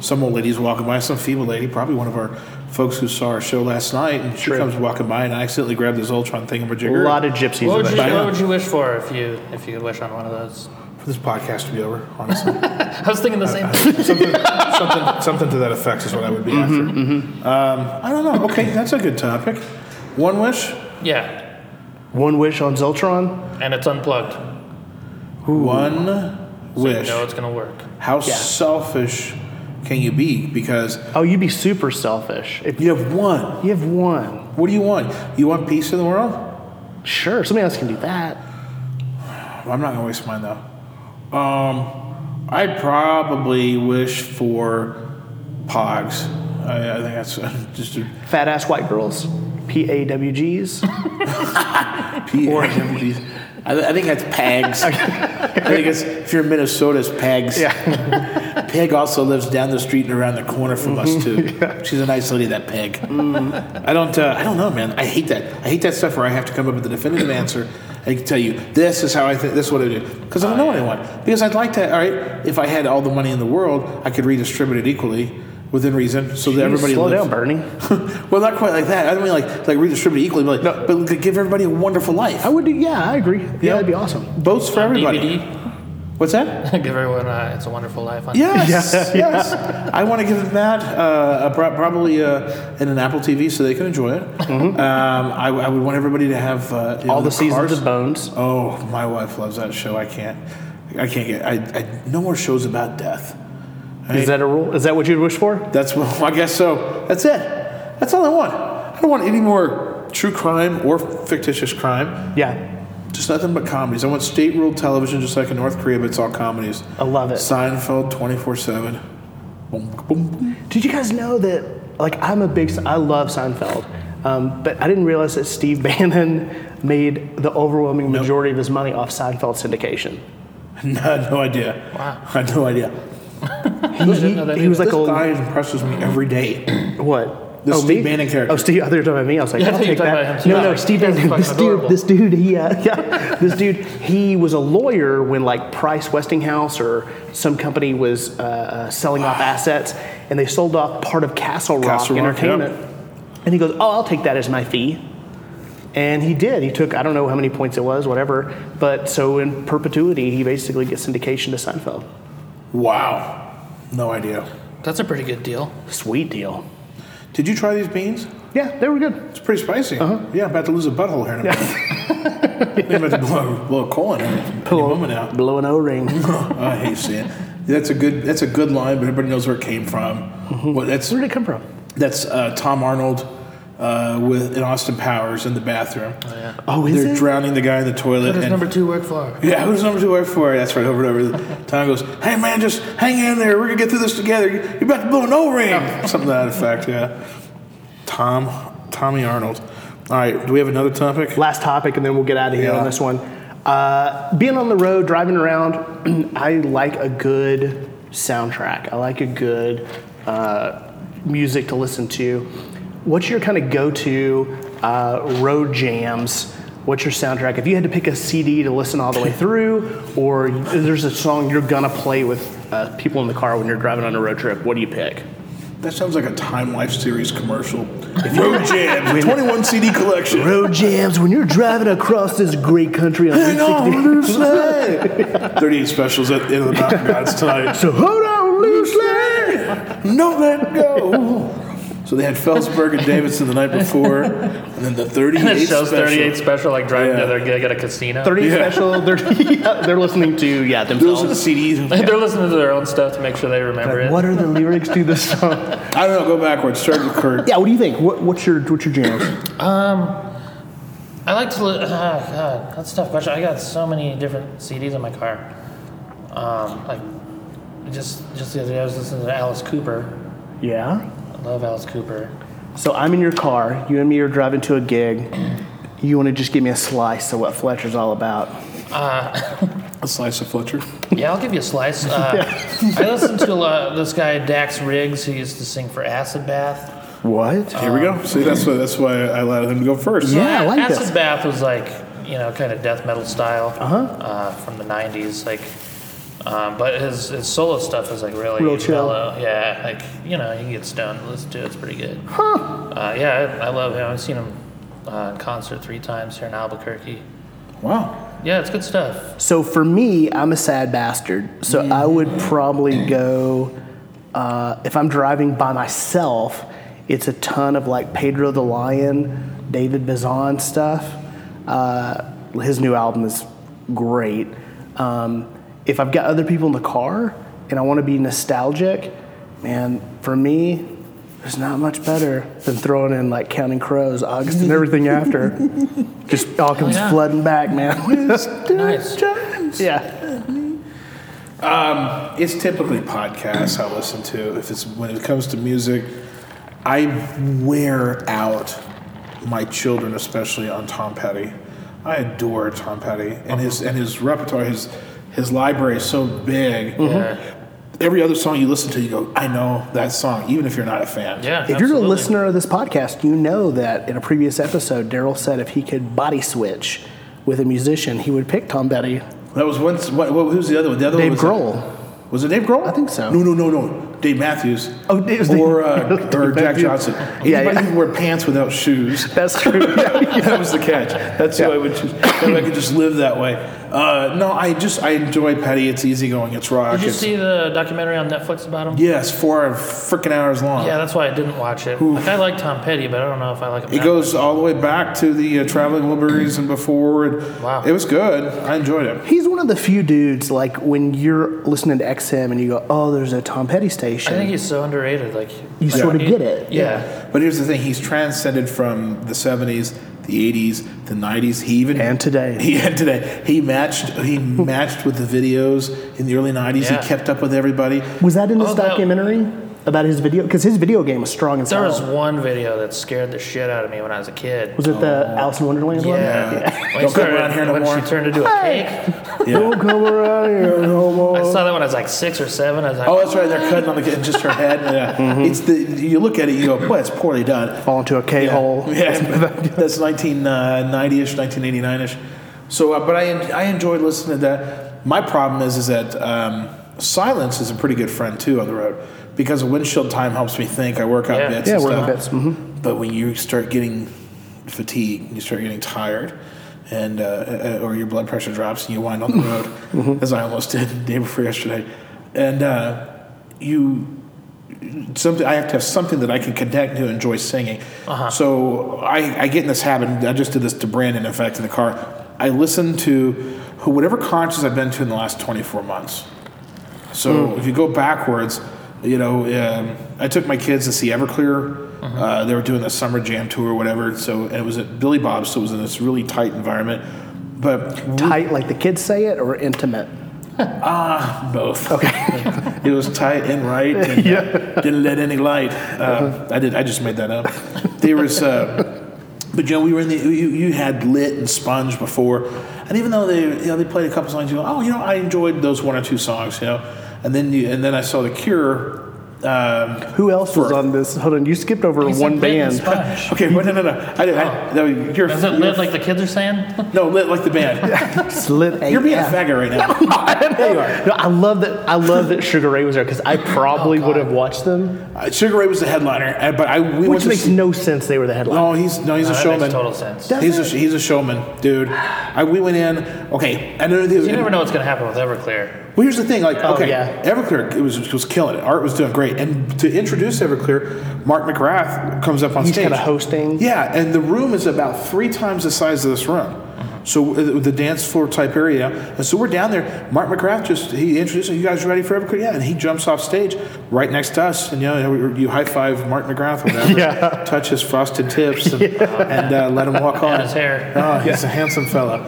Speaker 2: some old lady's walking by, some female lady, probably one of our folks who saw our show last night, and she comes walking by, and I accidentally grabbed this Ultron
Speaker 3: A
Speaker 2: thingamajigger.
Speaker 3: lot of gypsies.
Speaker 5: What
Speaker 3: in
Speaker 5: would, you,
Speaker 3: that.
Speaker 5: what would you wish for if you if you wish on one of those?
Speaker 2: for this podcast to be over. Honestly, [laughs]
Speaker 5: I was thinking the same thing.
Speaker 2: something, something, something to that effect is what I would be
Speaker 3: Mm-hmm,
Speaker 2: after. Um, I don't know. Okay, that's a good topic. One wish,
Speaker 5: Yeah.
Speaker 3: One wish on Zoltron.
Speaker 5: And it's unplugged. So
Speaker 2: one
Speaker 5: you
Speaker 2: wish.
Speaker 5: know it's going to work.
Speaker 2: How
Speaker 3: Yeah.
Speaker 2: selfish can you be? Because
Speaker 3: Oh, you'd be super selfish if
Speaker 2: you have one.
Speaker 3: you have one.
Speaker 2: What do you want? You want peace in the world?
Speaker 3: Sure, somebody else can do that.
Speaker 2: I'm not gonna waste mine though. Um, I probably wish for Pogs. I, I think that's [laughs] just a
Speaker 3: Fat ass white girls, PAWGs,
Speaker 2: P- or I, I think that's Pags. I think it's, if you're in Minnesota, it's Pags. Yeah. Peg also lives down the street and around the corner from us too. She's a nice lady, that Peg. I don't. Uh, I don't know, man. I hate that. I hate that stuff where I have to come up with a definitive answer. I can tell you this is how I think. This is what I do because I don't know anyone. Because I'd like to. All right, if I had all the money in the world, I could redistribute it equally within reason, so that everybody
Speaker 3: Slow
Speaker 2: lives.
Speaker 3: down, Bernie.
Speaker 2: [laughs] well, not quite like that. I don't mean like like redistribute equally, but like, but g- give everybody a wonderful life.
Speaker 3: I would do. Yeah, I agree. Yeah, that'd be awesome.
Speaker 2: Boats for everybody.
Speaker 5: DVD.
Speaker 2: What's that?
Speaker 3: [laughs]
Speaker 5: [laughs] Give everyone uh, It's a Wonderful Life on
Speaker 2: Yes,
Speaker 3: Yeah.
Speaker 2: yes. I want to give them that. Uh, a pro- probably uh, in an Apple TV so they can enjoy it. Um, I, I would want everybody to have uh, you know,
Speaker 3: Mm-hmm. All the seasons
Speaker 2: cars-
Speaker 3: of Bones.
Speaker 2: Oh, my wife loves that show. I can't. I can't get. I, I no more shows about death.
Speaker 3: Is that a rule? Is that what you'd wish for?
Speaker 2: That's well, [laughs] I guess so. That's it. That's all I want. I don't want any more true crime or fictitious crime.
Speaker 3: Yeah.
Speaker 2: Just nothing but comedies. I want state ruled television, just like in North Korea, but it's all comedies.
Speaker 3: I love it.
Speaker 2: Seinfeld, twenty four seven.
Speaker 3: Did you guys know that? Like, I'm a big. I love Seinfeld, um, but I didn't realize that Steve [laughs] Bannon made the overwhelming majority of his money off Seinfeld syndication.
Speaker 2: [laughs] No, I had no idea. Wow. I had no idea.
Speaker 3: He, he- he was like
Speaker 2: this
Speaker 3: a
Speaker 2: guy impresses me every
Speaker 3: [clears throat]
Speaker 2: day.
Speaker 3: what?
Speaker 2: The
Speaker 3: oh,
Speaker 2: Steve
Speaker 3: me?
Speaker 2: Bannon character.
Speaker 3: Oh, Steve. I thought you were talking about me. I was like,
Speaker 5: Yeah, I
Speaker 3: I'll
Speaker 5: thought you
Speaker 3: take
Speaker 5: were talking
Speaker 3: that.
Speaker 5: about him.
Speaker 3: No,
Speaker 5: Yeah,
Speaker 3: no,
Speaker 5: like,
Speaker 3: Steve
Speaker 5: he's
Speaker 3: Bannon.
Speaker 5: fucking
Speaker 3: This dude.
Speaker 5: adorable.
Speaker 3: This dude. He. Uh, [laughs] yeah. this dude. He was a lawyer when like Price Westinghouse or some company was uh, uh, selling
Speaker 2: [sighs]
Speaker 3: off assets, and they sold off part of Castle Rock
Speaker 2: Castle Rock,
Speaker 3: Entertainment. And he goes, "Oh, I'll take that as my fee." And he did. He took I don't know how many points it was, whatever. But so in perpetuity, he basically gets syndication to Seinfeld.
Speaker 2: Wow. No idea.
Speaker 5: That's a pretty good deal.
Speaker 3: Sweet deal.
Speaker 2: Did you try these beans?
Speaker 3: Yeah, they were good.
Speaker 2: It's pretty spicy.
Speaker 3: Uh-huh.
Speaker 2: Yeah, I'm about to lose a butthole here in a minute. [laughs]
Speaker 3: [laughs]
Speaker 2: I'm about to blow, blow a colon in a moment out.
Speaker 3: Blow an [laughs] O-ring.
Speaker 2: I hate saying it. That's a good. That's a good line, but everybody knows where it came from. Well, that's
Speaker 3: Mm-hmm. Where did it come from?
Speaker 2: that's uh, Tom Arnold uh, with in Austin Powers in the bathroom.
Speaker 3: Oh, is
Speaker 2: They're
Speaker 3: it?
Speaker 2: drowning the guy in the toilet.
Speaker 5: Does
Speaker 2: and-
Speaker 5: number two work for?
Speaker 2: Yeah, who's number two work for? That's right, over and over. Tom goes, hey man, just hang in there. We're gonna get through this together. You're about to blow an O-ring. [laughs] Something to that effect. Yeah. Tom, Tommy Arnold. All right, do we have another topic?
Speaker 3: last topic, and then we'll get out of here
Speaker 2: Yeah.
Speaker 3: on this one. Uh, being on the road, driving around, [clears throat] I like a good soundtrack. I like a good uh, music to listen to. What's your kind of go-to uh, road jams? What's your soundtrack? If you had to pick a CD to listen all the [laughs] way through, or there's a song you're gonna play with uh, people in the car when you're driving on a road trip, what do you pick?
Speaker 2: That sounds like a Time Life series
Speaker 3: [laughs]
Speaker 2: commercial. Road Jams, 21 CD collection.
Speaker 3: Road jams when you're driving across this great country on
Speaker 2: Hang on loosely. [laughs] 38 specials at the end of the Mountain Gods tonight.
Speaker 3: [laughs] So hold on
Speaker 2: loosely. No let go. So they had Felsberg and Davidson the night before, and then the 38
Speaker 5: It shows
Speaker 2: special.
Speaker 5: 38 special, like driving
Speaker 2: Yeah.
Speaker 5: to their gig at a casino.
Speaker 3: 30
Speaker 2: Yeah.
Speaker 3: special. They're, [laughs] yeah, they're listening to yeah
Speaker 2: Those are the
Speaker 3: themselves.
Speaker 2: CDs.
Speaker 5: [laughs] They're listening to their own stuff to make sure they remember it.
Speaker 3: What are the lyrics to this song?
Speaker 2: I don't know. Go backwards. Start with Kurt.
Speaker 3: Yeah, what do you think? What, what's your what's your jam?
Speaker 5: Um, I like to. Li- [sighs] ah, God, that's a tough question. I got so many different CDs in my car. Um, like just just the other day, I was listening to Alice Cooper.
Speaker 3: yeah.
Speaker 5: I love Alice Cooper.
Speaker 3: So I'm in your car. You and me are driving to a gig. You want to just give me a slice of what Fletcher's all about?
Speaker 2: A slice of Fletcher.
Speaker 5: Yeah, I'll give you a slice. Uh, I listened to uh, this guy Dax Riggs, who used to sing for Acid Bath.
Speaker 3: What?
Speaker 2: Here we go. See, that's why that's why I allowed him to go first.
Speaker 3: Yeah. I like
Speaker 5: Acid
Speaker 3: this.
Speaker 5: Bath was like you know kind of death metal style
Speaker 3: Uh-huh.
Speaker 5: uh, from the '90s, like. Um, but his, his solo stuff is like really
Speaker 3: Real chill.
Speaker 5: mellow. Yeah, like you know you can get stoned and listen to it. It's pretty good.
Speaker 3: Huh.
Speaker 5: Uh, yeah, I, I love him. I've seen him uh, in concert three times here in Albuquerque.
Speaker 2: Wow.
Speaker 5: Yeah, it's good stuff.
Speaker 3: So for me, I'm a sad bastard. So I would probably go uh, if I'm driving by myself. It's a ton of like Pedro the Lion, David Bazan stuff. Uh, his new album is great. Um, if I've got other people in the car and I want to be nostalgic, man, for me, there's not much better than throwing in like Counting Crows,
Speaker 6: [laughs]
Speaker 3: August, and everything after. Just all
Speaker 6: Oh,
Speaker 3: comes
Speaker 5: yeah.
Speaker 3: flooding back, man.
Speaker 5: Nice.
Speaker 3: Yeah.
Speaker 2: It's typically podcasts I listen to. If it's when it comes to music, I wear out my children, especially on Tom Petty. I adore Tom Petty and his and his repertoire. His his library is so big. Every other song you listen to, you go, I know that song, even if you're not a fan.
Speaker 5: Yeah.
Speaker 3: If you're a listener of this podcast, you know that in a previous episode, Daryl said if he could body switch with a musician, he would pick Tom Petty.
Speaker 2: That was once. What, what, who's the other one? The other
Speaker 3: Dave
Speaker 2: one was
Speaker 3: Grohl.
Speaker 2: was it Dave Grohl?
Speaker 3: I think so.
Speaker 2: No, no, no, no. Dave Matthews.
Speaker 3: Oh, it was Dave- [laughs]
Speaker 2: or uh,
Speaker 3: Dave
Speaker 2: or Jack
Speaker 3: Matthews.
Speaker 2: Johnson.
Speaker 3: Yeah,
Speaker 2: Anybody
Speaker 3: yeah.
Speaker 2: who wore pants without shoes.
Speaker 3: That's true. [laughs]
Speaker 2: [laughs] that was the catch. That's who I would choose. That way I could just live that way. Uh, no, I just I enjoy Petty. It's easygoing. It's raw.
Speaker 5: Did you
Speaker 2: It's-
Speaker 5: see the documentary on Netflix about him?
Speaker 2: Yes, four freaking hours long.
Speaker 5: Yeah, that's why I didn't watch it. Like, I like Tom Petty, but I don't know if I like him.
Speaker 2: It
Speaker 5: that
Speaker 2: goes all the way back to the uh, Traveling Wilburys and before. And
Speaker 5: Wow.
Speaker 2: It was good. I enjoyed it.
Speaker 3: He's one of the few dudes, like, when you're listening to XM and you go, oh, there's a Tom Petty
Speaker 5: much. I think
Speaker 3: station,
Speaker 5: he's so underrated. Like
Speaker 3: you
Speaker 5: like,
Speaker 3: sort of
Speaker 5: he-
Speaker 3: get it.
Speaker 5: Yeah.
Speaker 2: But here's the thing he's transcended from the 70s, the 80s, the 90s. He even.
Speaker 3: And today.
Speaker 2: [laughs] He and today. He matched He matched with the videos in the early 90s.
Speaker 5: Yeah.
Speaker 2: He kept up with everybody.
Speaker 3: Was that in this
Speaker 5: Oh, that-
Speaker 3: documentary about his video? Because his video game was strong and
Speaker 5: There
Speaker 3: solid.
Speaker 5: was one video that scared the shit out of me when I was a kid.
Speaker 3: Was it the Alice in Wonderland one?
Speaker 5: yeah. When he
Speaker 2: Don't come
Speaker 5: started-
Speaker 2: around here no
Speaker 5: when
Speaker 2: more.
Speaker 5: She turned into a cake.
Speaker 2: Yeah.
Speaker 3: Don't come around here no more.
Speaker 5: I saw that when I was like six or seven. I was like,
Speaker 2: Oh, that's right. They're cutting on the kid, just her head. Yeah. It's the you look at it, you go, "Boy, it's poorly done."
Speaker 3: [laughs] Fall into a K hole.
Speaker 2: Yeah, that's uh, 1990-ish, 1989-ish. So, uh, but I en- I enjoyed listening to that. My problem is is that um, silence is a pretty good friend too on the road because windshield time helps me think. I work out
Speaker 5: Yeah.
Speaker 2: bits.
Speaker 3: Yeah,
Speaker 2: and
Speaker 3: we're in
Speaker 2: stuff.
Speaker 3: the bits. Mm-hmm.
Speaker 2: But when you start getting fatigued, you start getting tired, and uh, uh, or your blood pressure drops, and you wind on the road,
Speaker 3: Mm-hmm.
Speaker 2: as I almost did the day before yesterday, and uh, you. Something I have to have something that I can connect to, and enjoy singing. So I, I get in this habit. and I just did this to Brandon, in fact, in the car. I listen to who, whatever concerts I've been to in the last 24 months. So if you go backwards, you know, um, I took my kids to see Everclear. Uh, they were doing the summer jam tour or whatever. So and it was at Billy Bob's, so it was in this really tight environment. But
Speaker 3: Tight, like the kids say it, or intimate?
Speaker 2: both. Okay. [laughs] it was tight and right. And [laughs] yeah. Didn't let any light. Uh, I did. I just made that up. There was. Uh, but you know, we were in the. You, you had lit and sponge before, and even though they you know they played a couple songs, you go, oh, you know, I enjoyed those one or two songs, you know, and then you and then I saw the Cure. Um,
Speaker 3: Who else was on this? Hold on, you skipped over
Speaker 5: He said
Speaker 3: one
Speaker 5: lit and
Speaker 2: [laughs]
Speaker 3: band.
Speaker 5: sponge.
Speaker 2: Okay, but no, no, no. I, did, I, no you're,
Speaker 5: Is Oh. it
Speaker 2: you're-
Speaker 5: lit like the kids are saying?
Speaker 2: no lit like the
Speaker 3: [laughs]
Speaker 2: band.
Speaker 3: Slit
Speaker 2: You're being a
Speaker 3: AF. [laughs]
Speaker 2: faggot right now. there you are.
Speaker 3: No, I love that. I love that Sugar Ray was there because I probably
Speaker 5: Oh,
Speaker 3: would have watched them,
Speaker 2: Uh, Sugar Ray was the headliner, uh, but I we went
Speaker 3: which
Speaker 2: to
Speaker 3: makes
Speaker 2: see-
Speaker 3: no sense. They were the
Speaker 5: Oh,
Speaker 3: headline.
Speaker 2: no, he's no, he's a
Speaker 5: that
Speaker 2: showman.
Speaker 5: makes total sense.
Speaker 3: Does
Speaker 2: He's a
Speaker 3: it?
Speaker 2: he's a showman, dude. I, we went in. Okay, I know.
Speaker 5: You never know what's gonna happen with Everclear.
Speaker 2: Well, here's the thing. Like, okay,
Speaker 3: Oh, yeah.
Speaker 2: Everclear it was it was killing it. Art was doing great, and to introduce Everclear, Mark McGrath comes up on
Speaker 3: He's
Speaker 2: stage.
Speaker 3: kinda hosting.
Speaker 2: Yeah, and the room is about three times the size of this room. So uh, the dance floor type area, and so we're down there. Mark McGrath just he introduced, "You guys ready for Everclear?" Yeah, and he jumps off stage right next to us, and you know you high five Mark McGrath, or whatever,
Speaker 3: [laughs] Yeah.
Speaker 2: touch his frosted tips,
Speaker 3: [laughs]
Speaker 2: and, and uh, let him walk on.
Speaker 5: And his hair.
Speaker 2: Oh, he's a handsome fella.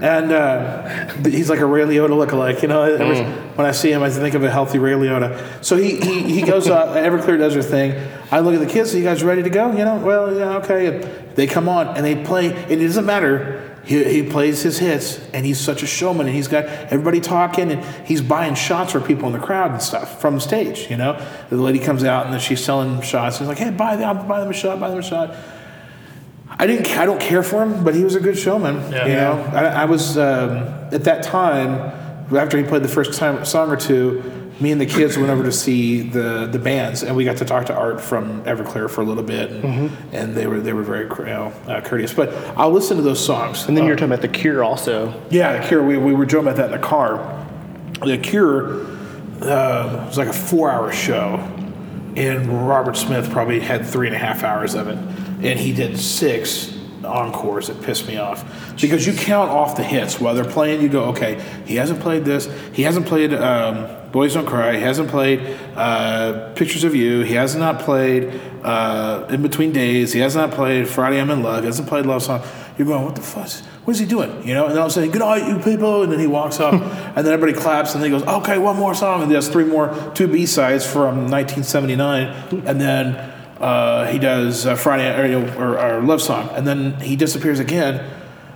Speaker 2: And uh, th- he's like a Ray Liotta lookalike, you know. every- When I see him, I think of a healthy Ray Liotta. So he, he, he goes up. [laughs] Everclear does her thing. I look at the kids. Are you guys ready to go? You know, well, yeah, okay. And they come on and they play. And it doesn't matter. He, he plays his hits, and he's such a showman. And he's got everybody talking, and he's buying shots for people in the crowd and stuff from stage. You know, the lady comes out and then she's selling shots. He's like, hey, buy them, buy them a shot, buy them a shot. I didn't. I don't care for him, but he was a good showman.
Speaker 5: Yeah.
Speaker 2: You know, I, I was um, at that time after he played the first time song or two. Me and the kids went over to see the the bands, and we got to talk to Art from Everclear for a little bit, and, and they were they were very you know, uh, courteous. But I'll listen to those songs.
Speaker 3: And then
Speaker 2: Uh,
Speaker 3: you're talking about the Cure also.
Speaker 2: yeah, the Cure. We, we were joking about that in the car. The Cure uh, was like a four-hour show, and Robert Smith probably had three and a half hours of it, and he did six encores that pissed me off because you count off the hits while they're playing. You go, okay, he hasn't played this. He hasn't played um, Boys Don't Cry. He hasn't played uh, Pictures of You. He has not played uh, In Between Days. He has not played Friday I'm in Love. He hasn't played Love Song. You're going, what the fuck? is- What is he doing? You know, and then all of a sudden, good night, you people. And then he walks
Speaker 3: [laughs]
Speaker 2: up, and then everybody claps, and then he goes, okay, one more song. And he has three more, two B sides from 1979. And then uh, he does uh, Friday or, or, or Love Song. And then he disappears again.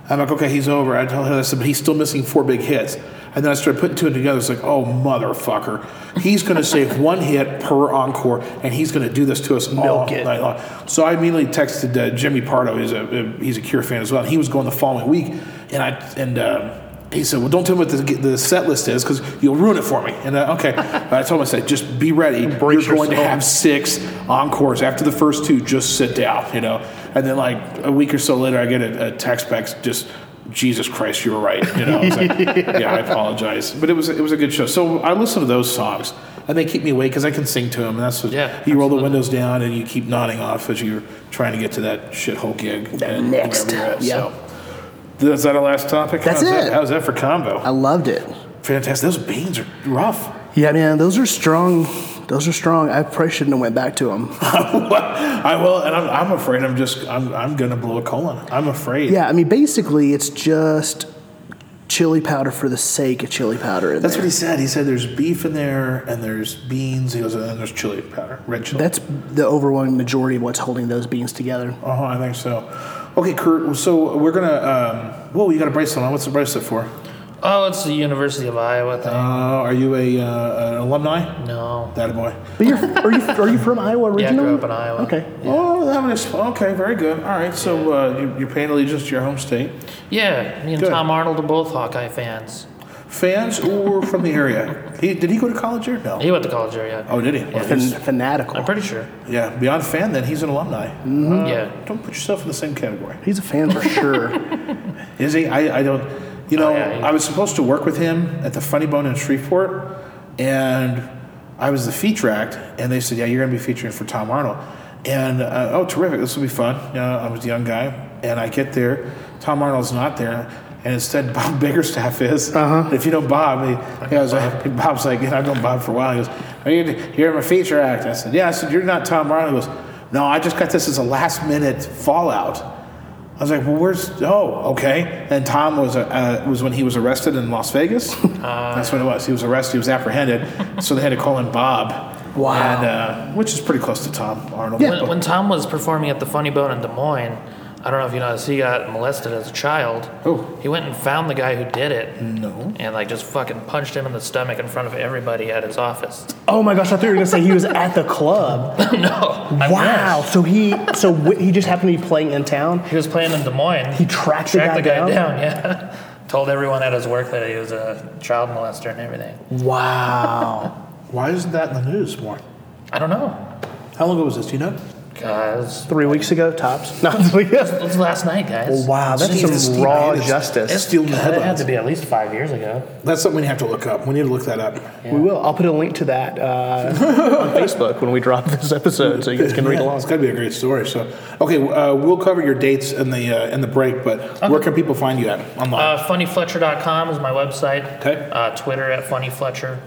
Speaker 2: I'm like, okay, he's over. I told him this, but he's still missing four big hits. And then I started putting two and together. It's like, oh motherfucker, he's going to save one hit per encore, and he's going to do this to us all
Speaker 3: Milk it.
Speaker 2: night long. So I immediately texted uh, Jimmy Pardo. He's a he's a Cure fan as well. And he was going the following week, and I and. Uh, he said, "Well, don't tell me what the, the set list is because you'll ruin it for me." And uh,
Speaker 3: [laughs]
Speaker 2: okay, I told him, "I said, just be ready. You're
Speaker 3: Brace
Speaker 2: going to
Speaker 3: yourself.
Speaker 2: have six encores. After the first two, just sit down, you know. And then like a week or so later, I get a, a text back, just Jesus Christ, you were right, you know. I was
Speaker 3: [laughs]
Speaker 2: like, yeah, I apologize, but it was it was a good show. So I listen to those songs, and they keep me awake because I can sing to them. And that's what
Speaker 5: Yeah,
Speaker 2: you roll the windows down and you keep nodding off as you're trying to get to that shithole gig and
Speaker 6: next,
Speaker 2: wherever you're at.
Speaker 6: yeah.
Speaker 2: So. Is that our last topic?
Speaker 6: That's
Speaker 2: How's
Speaker 6: it.
Speaker 2: That, how's that for combo?
Speaker 6: [laughs] I loved it.
Speaker 2: Fantastic. Those beans are rough. [laughs]
Speaker 6: Yeah, man, those are strong. Those are strong. I probably shouldn't have went back to them.
Speaker 2: I will, and I'm, I'm afraid I'm just I'm, I'm gonna blow a colon. I'm afraid.
Speaker 6: Yeah, I mean, basically, it's just chili powder for the sake of chili powder. In
Speaker 2: That's
Speaker 6: there.
Speaker 2: what he said. He said there's beef in there and there's beans. He goes and then there's chili powder, red chili.
Speaker 6: That's the overwhelming majority of what's holding those beans together.
Speaker 2: uh huh. I think so. Okay, Kurt. So we're gonna. Um, whoa, you got a bracelet on. What's the bracelet for?
Speaker 5: Oh, it's the University of Iowa
Speaker 2: Uh,
Speaker 5: thing.
Speaker 2: are you a uh, an alumni?
Speaker 5: no.
Speaker 2: That a boy.
Speaker 6: But you're, are you are you from Iowa originally?
Speaker 5: Yeah, I grew up in Iowa.
Speaker 6: Okay.
Speaker 2: Oh, that was okay. Very good. All right. So uh, you, you're paying allegiance to your home state.
Speaker 5: Yeah, me and
Speaker 2: Good.
Speaker 5: Tom Arnold are both Hawkeye fans.
Speaker 2: Fans or from the area? He, did he go to college here? No.
Speaker 5: He went to college here, yeah.
Speaker 2: Oh, did he? Well,
Speaker 6: Fan,
Speaker 2: he's-
Speaker 6: fanatical.
Speaker 5: I'm pretty sure.
Speaker 2: yeah. Beyond fan, then he's an alumni.
Speaker 5: yeah.
Speaker 2: Don't put yourself in the same category.
Speaker 6: He's a fan for sure.
Speaker 2: Is he? I, I don't. You know,
Speaker 5: Oh, yeah, he-
Speaker 2: I was supposed to work with him at the Funny Bone in Shreveport, and I was the feature act, and they said, "Yeah, you're going to be featuring for Tom Arnold." And uh, oh, terrific! This will be fun. You know, I was a young guy, and I get there. Tom Arnold's not there, and instead [laughs] Bob Biggerstaff is. Uh-huh. If you know Bob, he, he goes, [laughs] Bob's like, "Yeah, I've known Bob for a while." He goes, Are you, "You're my feature act." I said, "Yeah." I said, "You're not Tom Arnold." He goes, "No, I just got this as a last minute fallout." I was like, well, where's? Oh, okay. And Tom was uh, uh, was when he was arrested in Las Vegas.
Speaker 5: [laughs]
Speaker 2: That's when it was. He was arrested. He was apprehended. so they had to call him Bob.
Speaker 6: Wow.
Speaker 2: And, uh, which is pretty close to Tom Arnold.
Speaker 5: When, when Tom was performing at the Funny Bone in Des Moines, I don't know if you noticed, he got molested as a child.
Speaker 2: Oh.
Speaker 5: He went and found the guy who did it.
Speaker 2: No.
Speaker 5: And like just fucking punched him in the stomach in front of everybody at his office.
Speaker 3: [laughs] Oh my gosh, I thought you were gonna say he was at the [laughs] club.
Speaker 5: no. I
Speaker 3: wow.
Speaker 5: wish.
Speaker 3: So he so w- he just happened to be playing in town.
Speaker 5: He was playing in Des Moines.
Speaker 3: He tracked the
Speaker 5: tracked
Speaker 3: guy
Speaker 5: the guy
Speaker 3: down?
Speaker 5: down. Yeah. [laughs] Told everyone at his work that he was a child molester and everything.
Speaker 3: Wow.
Speaker 2: Why isn't that in the news more?
Speaker 5: I don't know.
Speaker 2: [laughs] How long ago was this? Do you know?
Speaker 5: Guys,
Speaker 3: Three weeks ago, tops. [laughs] No, three-
Speaker 5: it was last night, guys.
Speaker 3: Oh, wow, that's
Speaker 2: Jesus,
Speaker 3: some
Speaker 2: Steve,
Speaker 3: raw
Speaker 2: it is-
Speaker 3: justice.
Speaker 2: It's stealing the
Speaker 5: God, That had
Speaker 2: headlines.
Speaker 5: to be at least five years ago.
Speaker 2: That's something we have to look up. We need to look that up.
Speaker 3: We will. I'll put a link to
Speaker 2: [laughs]
Speaker 3: that uh, on Facebook when we drop this episode, so you guys can read
Speaker 2: Yeah,
Speaker 3: along.
Speaker 2: it's got to be a great story. So, okay, uh, we'll cover your dates in the uh, in the break. But where can people find you at online?
Speaker 5: Uh, funnyfletcher.com is my website.
Speaker 2: Okay.
Speaker 5: Uh, Twitter at funnyfletcher.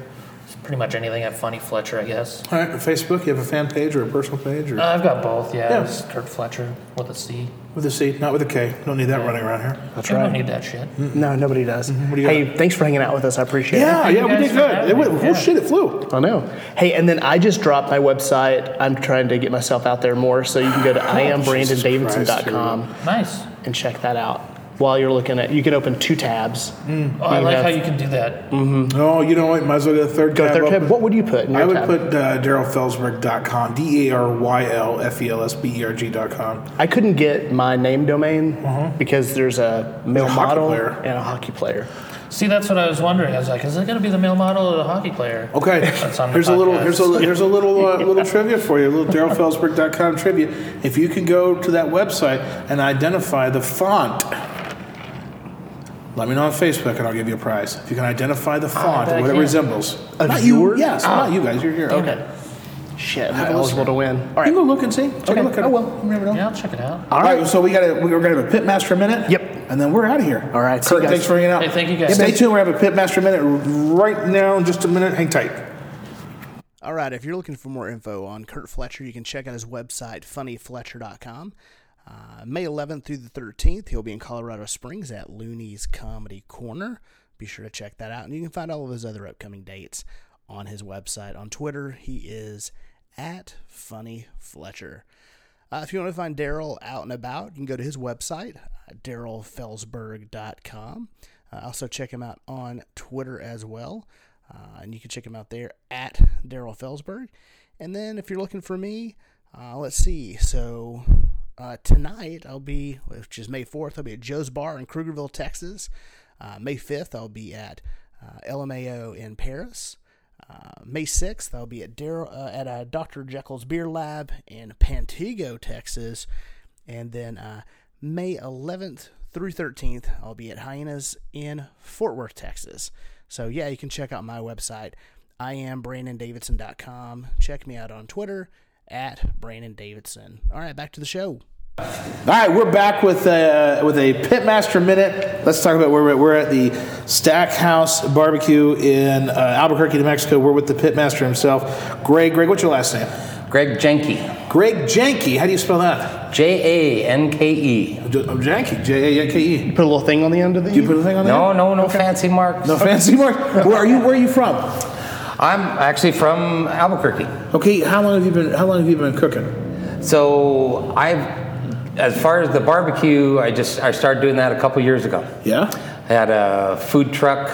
Speaker 5: It's pretty much anything at funnyfletcher, I guess.
Speaker 2: All right, Facebook. You have a fan page or a personal page, or
Speaker 5: Uh, I've got both, yeah.
Speaker 2: Yeah.
Speaker 5: It's Kurt Fletcher with a C.
Speaker 2: with a C, not with a K. Don't need that running around here.
Speaker 5: That's right. Mm. I don't need that shit.
Speaker 3: No, nobody does.
Speaker 2: do you
Speaker 3: Hey, thanks for hanging out with us. I appreciate it.
Speaker 2: Yeah,
Speaker 5: Thank
Speaker 2: yeah,
Speaker 5: you
Speaker 2: we
Speaker 5: guys
Speaker 2: did
Speaker 5: for
Speaker 2: good.
Speaker 5: having
Speaker 2: It went,
Speaker 5: me.
Speaker 2: well, shit, it flew.
Speaker 3: I know. Hey, and then I just dropped my website. I'm trying to get myself out there more, so you can go to iambrandondavidson.com
Speaker 5: Nice.
Speaker 3: and check that out. While you're looking at, you can open two tabs.
Speaker 5: Oh, I
Speaker 3: You
Speaker 5: like
Speaker 3: have-
Speaker 5: how you can do that.
Speaker 2: No, Oh, you know what? Might as well get a third
Speaker 3: Go
Speaker 2: tab.
Speaker 3: third
Speaker 2: open.
Speaker 3: tab. What would you put? In your
Speaker 2: I would
Speaker 3: tab?
Speaker 2: put uh, DarylFelsberg.com, D A R Y L F E L S B E R G.com.
Speaker 3: I couldn't get my name domain because there's a male
Speaker 2: hockey
Speaker 3: model
Speaker 2: player.
Speaker 3: and a hockey player.
Speaker 5: See, that's what I was wondering. I was like, is it going to be the male model or the hockey player?
Speaker 2: Okay,
Speaker 5: That's on the
Speaker 2: here's a little
Speaker 5: podcast.
Speaker 2: here's a here's a little uh, little trivia for you, a little DarylFelsberg.com trivia. If you can go to that website and identify the font, let me know on Facebook and I'll give you a prize. If you can identify the font,
Speaker 5: bet I
Speaker 2: what it
Speaker 5: can.
Speaker 2: resembles.
Speaker 3: Of
Speaker 2: not you,
Speaker 3: yours?
Speaker 2: yes, not you guys. You're here. Okay,
Speaker 3: Shit, I'm
Speaker 2: Have a
Speaker 3: eligible
Speaker 2: listen.
Speaker 3: to win. All
Speaker 2: you
Speaker 3: right.
Speaker 2: can go look and see. Take
Speaker 3: Okay,
Speaker 2: a look at
Speaker 3: I
Speaker 2: it.
Speaker 3: will.
Speaker 2: You never know.
Speaker 5: Yeah, I'll check it out.
Speaker 2: All right, so we got to we are gonna have a pit master minute.
Speaker 3: Yep.
Speaker 2: and then we're out of here.
Speaker 6: All right, see you
Speaker 2: Kurt,
Speaker 6: guys.
Speaker 2: thanks for hanging out.
Speaker 5: Hey, thank you guys.
Speaker 2: Stay
Speaker 5: Yeah, man.
Speaker 2: tuned. We have a pit master minute right now in just a minute. Hang tight.
Speaker 1: All right, if you're looking for more info on Kurt Fletcher, you can check out his website, funnyfletcher.com. Uh, May 11th through the 13th, he'll be in Colorado Springs at Looney's Comedy Corner. Be sure to check that out. And you can find all of his other upcoming dates on his website. On Twitter, he is at Funny Fletcher. Uh, if you want to find Daryl out and about, you can go to his website, uh, darylfelsberg.com. Uh, also, check him out on Twitter as well. Uh, and you can check him out there at Daryl Felsberg. And then if you're looking for me, uh, let's see. So uh, tonight I'll be, which is May 4th, I'll be at Joe's Bar in Krugerville, Texas. Uh, May 5th, I'll be at uh, LMAO in Paris. Uh, May 6th, I'll be at Daryl uh, at uh, Dr. Jekyll's Beer Lab in Pantego, Texas. And then uh, May 11th through 13th, I'll be at Hyenas in Fort Worth, Texas. So, yeah, you can check out my website. I am BrandonDavidson.com. Check me out on Twitter at Brandon Davidson. All right, back to the show.
Speaker 2: All right, we're back with a with a Pitmaster minute. Let's talk about where we're, at. we're at the Stackhouse Barbecue in uh, Albuquerque, New Mexico. We're with the Pitmaster himself, Greg. Greg, what's your last name?
Speaker 7: Greg Jenke.
Speaker 2: Greg Janke. How do you spell that?
Speaker 7: J A N K E.
Speaker 2: J- oh, Janke. J A N K E.
Speaker 3: Put a little thing on the end of the.
Speaker 2: Do you put a thing on
Speaker 7: No, no, no fancy marks.
Speaker 2: there? No fancy [laughs] mark. Where are you? Where are you from?
Speaker 7: I'm actually from Albuquerque.
Speaker 2: Okay, how long have you been? How long have you been cooking?
Speaker 7: So I've, as far as the barbecue, I just I started doing that a couple years ago.
Speaker 2: Yeah.
Speaker 7: I had a food truck,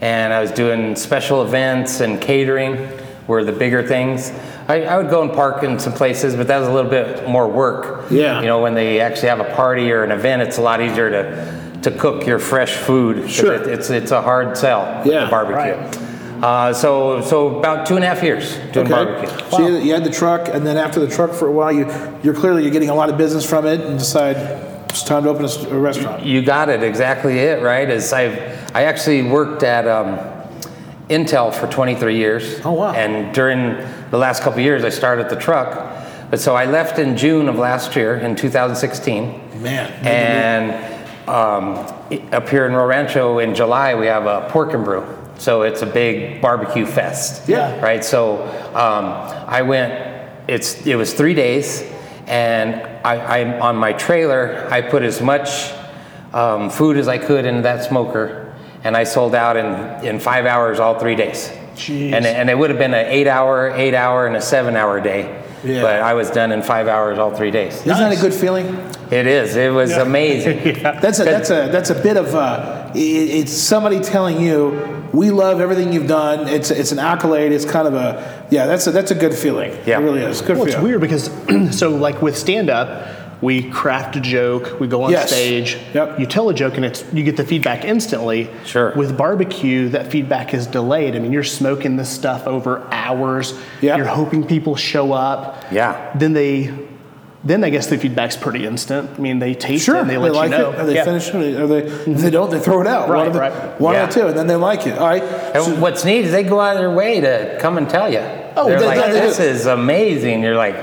Speaker 7: and I was doing special events and catering were the bigger things. I, I would go and park in some places, but that was a little bit more work.
Speaker 2: Yeah.
Speaker 7: You know, when they actually have a party or an event, it's a lot easier to to cook your fresh food. 'cause
Speaker 2: Sure.
Speaker 7: It, it's it's a hard sell.
Speaker 2: Yeah,
Speaker 7: The barbecue. Uh, so so about two and a half years doing barbecue.
Speaker 2: So you, you had the truck, and then after the truck for a while, you you're clearly you're getting a lot of business from it, and decide it's time to open a, s- a restaurant.
Speaker 7: You got it exactly. It right is I I actually worked at um, Intel for 23 years.
Speaker 2: Oh, wow.
Speaker 7: And during the last couple of years, I started the truck. But so I left in June of last year in 2016.
Speaker 2: Man.
Speaker 7: And um, i- up here in Rio Rancho in July, we have a pork and brew. So it's a big barbecue fest.
Speaker 2: Yeah.
Speaker 7: Right. So um, I went. It's it was three days, and I, I on my trailer I put as much um, food as I could into that smoker, and I sold out in in five hours all three days.
Speaker 3: Jeez.
Speaker 7: And and it would have been an eight hour, eight hour, and a seven hour day.
Speaker 2: Yeah.
Speaker 7: But I was done in five hours all three days.
Speaker 2: Isn't that a good feeling?
Speaker 7: It is. It was amazing.
Speaker 2: That's a that's a that's a bit of uh, it, it's somebody telling you we love everything you've done. It's it's an accolade. It's kind of a yeah. That's a that's a good feeling.
Speaker 7: Yeah.
Speaker 2: it really is. Good
Speaker 3: Well, it's
Speaker 2: feeling.
Speaker 3: weird because [clears throat] so like with stand up, we craft a joke, we go on
Speaker 2: Yes.
Speaker 3: stage,
Speaker 2: Yep.
Speaker 3: you tell a joke and it's you get the feedback instantly.
Speaker 7: Sure.
Speaker 3: With barbecue, that feedback is delayed. I mean, you're smoking this stuff over hours.
Speaker 2: Yeah.
Speaker 3: You're hoping people show up.
Speaker 7: Yeah.
Speaker 3: Then they then I guess the feedback's pretty instant. I mean, they taste
Speaker 2: Sure,
Speaker 3: it and they let
Speaker 2: like
Speaker 3: you know.
Speaker 2: it. Are they
Speaker 3: Yeah.
Speaker 2: finished? Or they, or they, if they don't, they throw it out. one
Speaker 3: Right,
Speaker 2: of the,
Speaker 3: right.
Speaker 2: One
Speaker 7: Yeah. Oh.
Speaker 2: or two, and then they like it. All right.
Speaker 7: And
Speaker 2: So-
Speaker 7: what's neat is they go out of their way to come and tell you.
Speaker 2: Oh,
Speaker 7: They're
Speaker 2: they-
Speaker 7: like,
Speaker 2: they do.
Speaker 7: this is amazing. You're like,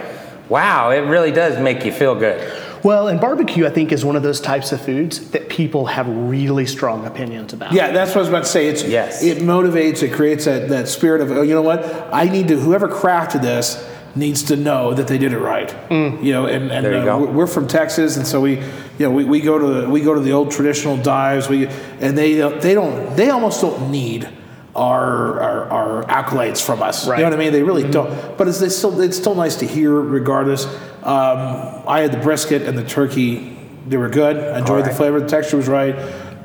Speaker 7: wow, it really does make you feel good.
Speaker 3: Well, and barbecue I think is one of those types of foods that people have really strong opinions about.
Speaker 2: Yeah, that's what I was about to say. It's
Speaker 7: Yes.
Speaker 2: it motivates, it creates that, that spirit of oh, you know what? I need to whoever crafted this needs to know that they did it right. You know, and, and
Speaker 7: Mm. There you
Speaker 2: uh,
Speaker 7: go.
Speaker 2: we're- we're from Texas, and so we you know we, we go to the, we go to the old traditional dives. We and they don't- they don't they almost don't need. Our, our, our accolades from us, you
Speaker 3: Right.
Speaker 2: know what I mean? They
Speaker 7: Mm-hmm.
Speaker 2: really don't. But it's, it's still it's still nice to hear, regardless. Um, I had the brisket and the turkey; they were good. I enjoyed the flavor, the texture was right.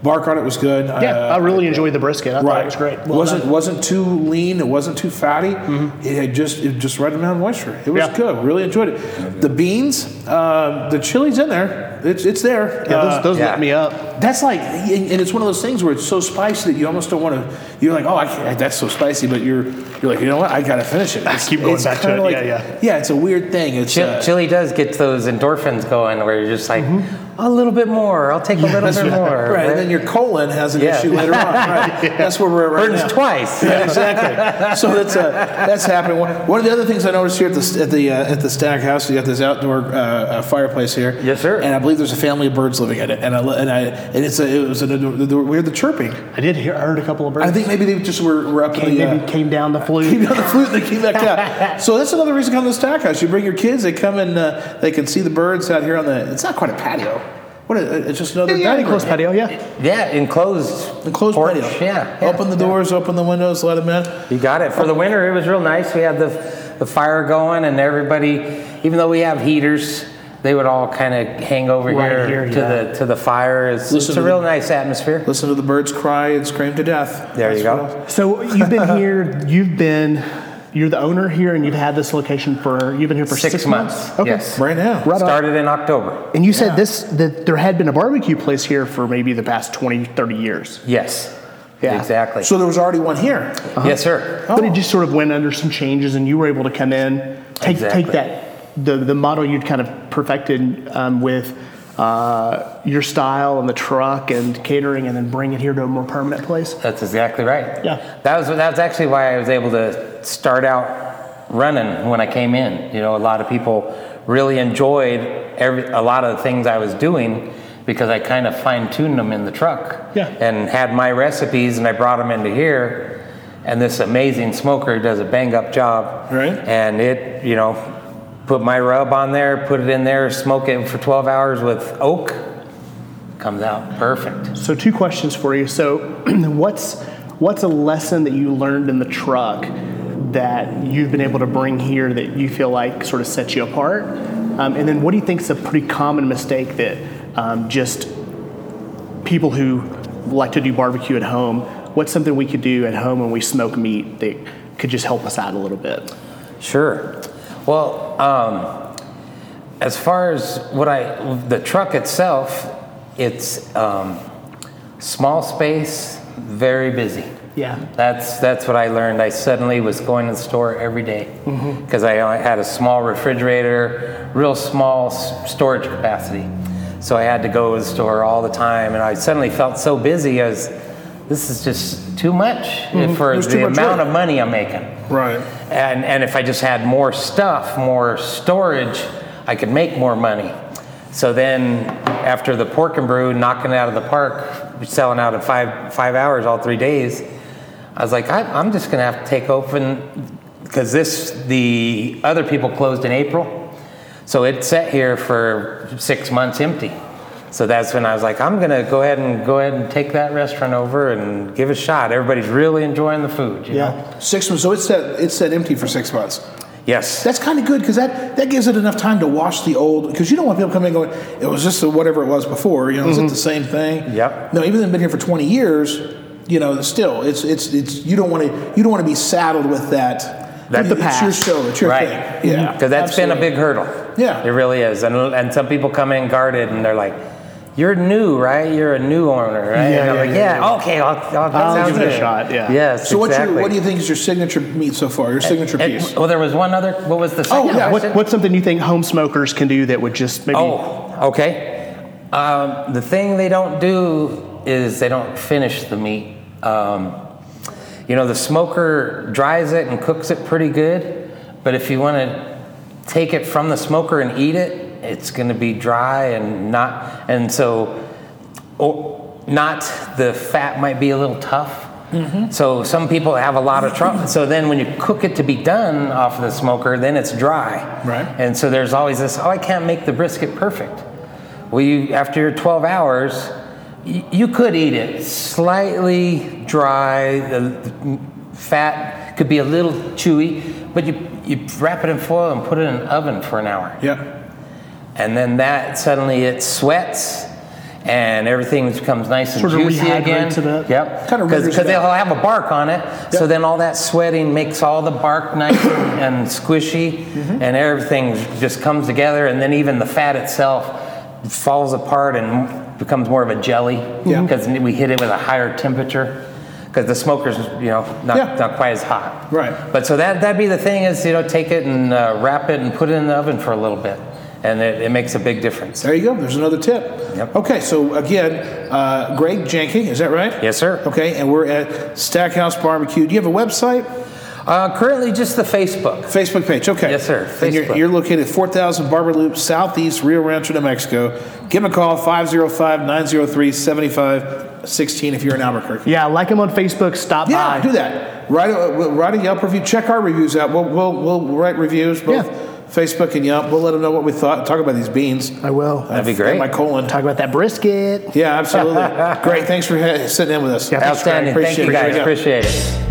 Speaker 2: Bark on it was good.
Speaker 3: Yeah,
Speaker 2: Uh,
Speaker 3: I really enjoyed the brisket. I thought it was great. Well
Speaker 2: wasn't
Speaker 3: done. Mm-hmm.
Speaker 2: wasn't too lean. It wasn't too fatty. It had just it just right amount of moisture. It was
Speaker 3: Yeah.
Speaker 2: good. Really enjoyed it. The beans, uh, the chili's in there. It's it's there.
Speaker 3: yeah,
Speaker 2: Uh,
Speaker 3: those, those
Speaker 7: yeah.
Speaker 3: lit me up.
Speaker 2: that's like, and and it's one of those things where it's so spicy that you almost don't want to. You're like, oh, I can't, that's so spicy, but you're you're like, you know what? I gotta finish it. It's-
Speaker 3: [laughs] keep going
Speaker 2: it's
Speaker 3: back to
Speaker 2: kinda
Speaker 3: it. Yeah, yeah.
Speaker 2: yeah. It's a weird thing. It's
Speaker 7: Chili,
Speaker 2: uh,
Speaker 7: chili does get those endorphins going where you're just like, a little bit more. I'll take a little bit more.
Speaker 2: Mm-hmm. [laughs] right, and then your colon has an
Speaker 7: Yeah.
Speaker 2: issue later on.
Speaker 3: [laughs]
Speaker 2: Right? That's where we're at right
Speaker 7: Burns
Speaker 2: now.
Speaker 7: twice.
Speaker 2: Yeah, exactly. So that's uh, that's happening. One one of the other things I noticed here at the at the uh, at the Stack House, you got this outdoor uh, uh, fireplace here.
Speaker 7: Yes, sir.
Speaker 2: And I believe there's a family of birds living in it, and I lo- and I and it's a, it was an, ador- the, the, we heard the chirping.
Speaker 3: I did hear I heard a couple of birds.
Speaker 2: I think maybe they just were, were up in
Speaker 3: came,
Speaker 2: the.
Speaker 3: maybe
Speaker 2: Uh,
Speaker 3: came down the
Speaker 2: [laughs] Came
Speaker 3: flute.
Speaker 2: down the flute and they came back down.
Speaker 7: [laughs]
Speaker 2: So that's another reason to come to the stack house. You bring your kids, they come and uh, they can see the birds out here on the. It's not quite a patio. What? A, it's just another dining room.
Speaker 3: close patio, yeah.
Speaker 7: Yeah, enclosed.
Speaker 2: Enclosed
Speaker 7: porch.
Speaker 2: patio.
Speaker 7: Yeah. yeah.
Speaker 2: Open the doors, open the windows, let them in.
Speaker 7: You got it. For the winter, it was real nice. We had the, the fire going, and everybody even though we have heaters, they would all kind of hang over
Speaker 5: Right
Speaker 7: here,
Speaker 5: here,
Speaker 7: to
Speaker 5: yeah.
Speaker 7: the to the fire. It's,
Speaker 2: Listen
Speaker 7: it's
Speaker 2: to
Speaker 7: a real
Speaker 2: the-
Speaker 7: nice atmosphere.
Speaker 2: Listen to the birds cry and scream to death.
Speaker 7: There
Speaker 2: That's
Speaker 7: you go.
Speaker 2: what else-
Speaker 3: So you've
Speaker 2: [laughs]
Speaker 3: been here. You've been. You're the owner here, and you've had this location for. You've been here for six,
Speaker 7: Six months,
Speaker 3: Okay.
Speaker 7: yes.
Speaker 2: Right now.
Speaker 3: Right on.
Speaker 7: Started in October.
Speaker 3: And you said this that there had been a barbecue place here for maybe the past 20, 30 years.
Speaker 7: Yes.
Speaker 3: Yeah.
Speaker 7: Exactly.
Speaker 2: So there was already one here.
Speaker 7: Yes, sir.
Speaker 3: But
Speaker 2: Oh.
Speaker 3: it just sort of went under some changes, and you were able to come in, take
Speaker 7: Exactly.
Speaker 3: take that the the model you'd kind of perfected um, with uh, your style and the truck and catering, and then bring it here to a more permanent place.
Speaker 7: That's exactly right.
Speaker 3: Yeah.
Speaker 7: That was that's actually why I was able to start out running when I came in. You know, a lot of people really enjoyed every a lot of the things I was doing because I kind of fine tuned them in the truck.
Speaker 3: Yeah.
Speaker 7: And had my recipes and I brought them into here. And this amazing smoker does a bang up job.
Speaker 2: Right.
Speaker 7: And it, you know, put my rub on there, put it in there, smoke it for 12 hours with oak. Comes out perfect.
Speaker 3: So two questions for you. So [clears throat] what's what's a lesson that you learned in the truck that you've been able to bring here that you feel like sort of sets you apart? Um, and then what do you think is a pretty common mistake that um, just people who like to do barbecue at home? What's something we could do at home when we smoke meat that could just help us out a little bit?
Speaker 7: Sure. Well, um, as far as what I, the truck itself, it's um, small space, very busy.
Speaker 3: Yeah.
Speaker 7: That's that's what I learned. I suddenly was going to the store every day
Speaker 2: Mm-hmm.
Speaker 7: because I only had a small refrigerator, real small s- storage capacity. So I had to go to the store all the time, and I suddenly felt so busy. I was, this is just too much eh, for
Speaker 2: Mm-hmm. There's too
Speaker 7: the
Speaker 2: much
Speaker 7: amount
Speaker 2: work.
Speaker 7: of money I'm making.
Speaker 2: Right.
Speaker 7: And, and if I just had more stuff, more storage, I could make more money. So then, after the pork and brew, knocking it out of the park, selling out in five, five hours all three days, I was like, I, I'm just gonna have to take open, because this, the other people closed in April. So it sat here for six months empty. So that's when I was like, I'm gonna go ahead and go ahead and take that restaurant over and give it a shot. Everybody's really enjoying the food, you know?
Speaker 2: Six months. So it's that it's that empty for six months.
Speaker 7: Yes.
Speaker 2: That's kind of good because that, that gives it enough time to wash the old. Because you don't want people coming and going, it was just whatever it was before. You know, is it the same thing?
Speaker 7: Mm-hmm. Yep.
Speaker 2: No, even though they've been here for 20 years, you know, still, it's it's it's you don't want to you don't want to be saddled with that.
Speaker 7: That-
Speaker 2: it's
Speaker 7: The
Speaker 2: your
Speaker 3: past.
Speaker 2: show. It's your
Speaker 7: Right.
Speaker 2: thing. Yeah.
Speaker 7: Because that's been a big hurdle.
Speaker 2: Yeah.
Speaker 7: It really is. And, and some people come in guarded and they're like, you're new, right? You're a new owner, right?
Speaker 3: Yeah,
Speaker 7: and I'm
Speaker 3: yeah,
Speaker 7: like,
Speaker 3: yeah,
Speaker 7: yeah,
Speaker 3: yeah.
Speaker 7: okay, I'll, I'll, that
Speaker 3: I'll
Speaker 7: sounds
Speaker 3: give it a
Speaker 7: good."
Speaker 3: shot, yeah.
Speaker 7: Yes,
Speaker 2: So what's
Speaker 7: exactly.
Speaker 2: your, what do you think is your signature meat so far? Your signature
Speaker 7: And-
Speaker 2: piece. Oh,
Speaker 7: well, there was one other, what was the second
Speaker 2: yeah, what-
Speaker 7: question?
Speaker 3: What, what's something you think home smokers can do that would just maybe?
Speaker 7: Oh, okay. Um, the thing they don't do is they don't finish the meat. Um, you know, the smoker dries it and cooks it pretty good, but if you want to take it from the smoker and eat it, it's going to be dry and not, and so, or not, the fat might be a little tough. So some people have a lot of trouble. So then, when you cook it to be done off of the smoker, then it's dry.
Speaker 2: Right.
Speaker 7: And so there's always this, oh, I can't make the brisket perfect. Well, you, after your 12 hours, y- you could eat it slightly dry, the the fat could be a little chewy, but you, you wrap it in foil and put it in an oven for an hour.
Speaker 2: yeah.
Speaker 7: And then that suddenly it sweats and everything becomes nice and
Speaker 3: Sort of
Speaker 7: juicy again.
Speaker 3: rehydrates a bit.
Speaker 7: Yep.
Speaker 2: Kinda renders
Speaker 7: Because
Speaker 2: it
Speaker 7: they'll
Speaker 2: out.
Speaker 7: have a bark on it. So then all that sweating makes all the bark nice and, and squishy
Speaker 2: Mm-hmm.
Speaker 7: and everything just comes together. And then even the fat itself falls apart and becomes more of a jelly
Speaker 2: Yeah.
Speaker 7: because we hit it with a higher temperature. Because the smoker's, you know, not,
Speaker 2: Yeah.
Speaker 7: not quite as hot.
Speaker 2: Right.
Speaker 7: But so that that'd be the thing is you know take it and uh, wrap it and put it in the oven for a little bit, and it, it makes a big difference.
Speaker 2: There you go. There's another tip.
Speaker 7: Yep.
Speaker 2: Okay, so again, uh, Greg Jenkins, is that right?
Speaker 7: Yes, sir.
Speaker 2: Okay, and we're at Stackhouse Barbecue. Do you have a website?
Speaker 7: Uh, currently, just the Facebook.
Speaker 2: Facebook page, okay.
Speaker 7: Yes, sir.
Speaker 2: And you're,
Speaker 7: Facebook.
Speaker 2: you're located at 4000 Barber Loop, Southeast Rio Rancho, New Mexico. Give them a call, 505 903 7516 if you're in Albuquerque.
Speaker 3: Yeah, like them on Facebook. Stop
Speaker 2: Yeah,
Speaker 3: by.
Speaker 2: do that. Write a, we'll write a Yelp review. Check our reviews out. We'll, we'll, we'll write reviews, both
Speaker 3: Yeah.
Speaker 2: Facebook and Yelp. We'll let them know what we thought. Talk about these beans.
Speaker 3: I will.
Speaker 7: That'd be great.
Speaker 2: And my colon.
Speaker 3: Talk about that brisket.
Speaker 2: Yeah, absolutely. Great. Thanks for ha- sitting in with us.
Speaker 3: Yeah, thanks,
Speaker 7: Outstanding. Thank you
Speaker 2: Appreciate it.
Speaker 7: guys. Appreciate it.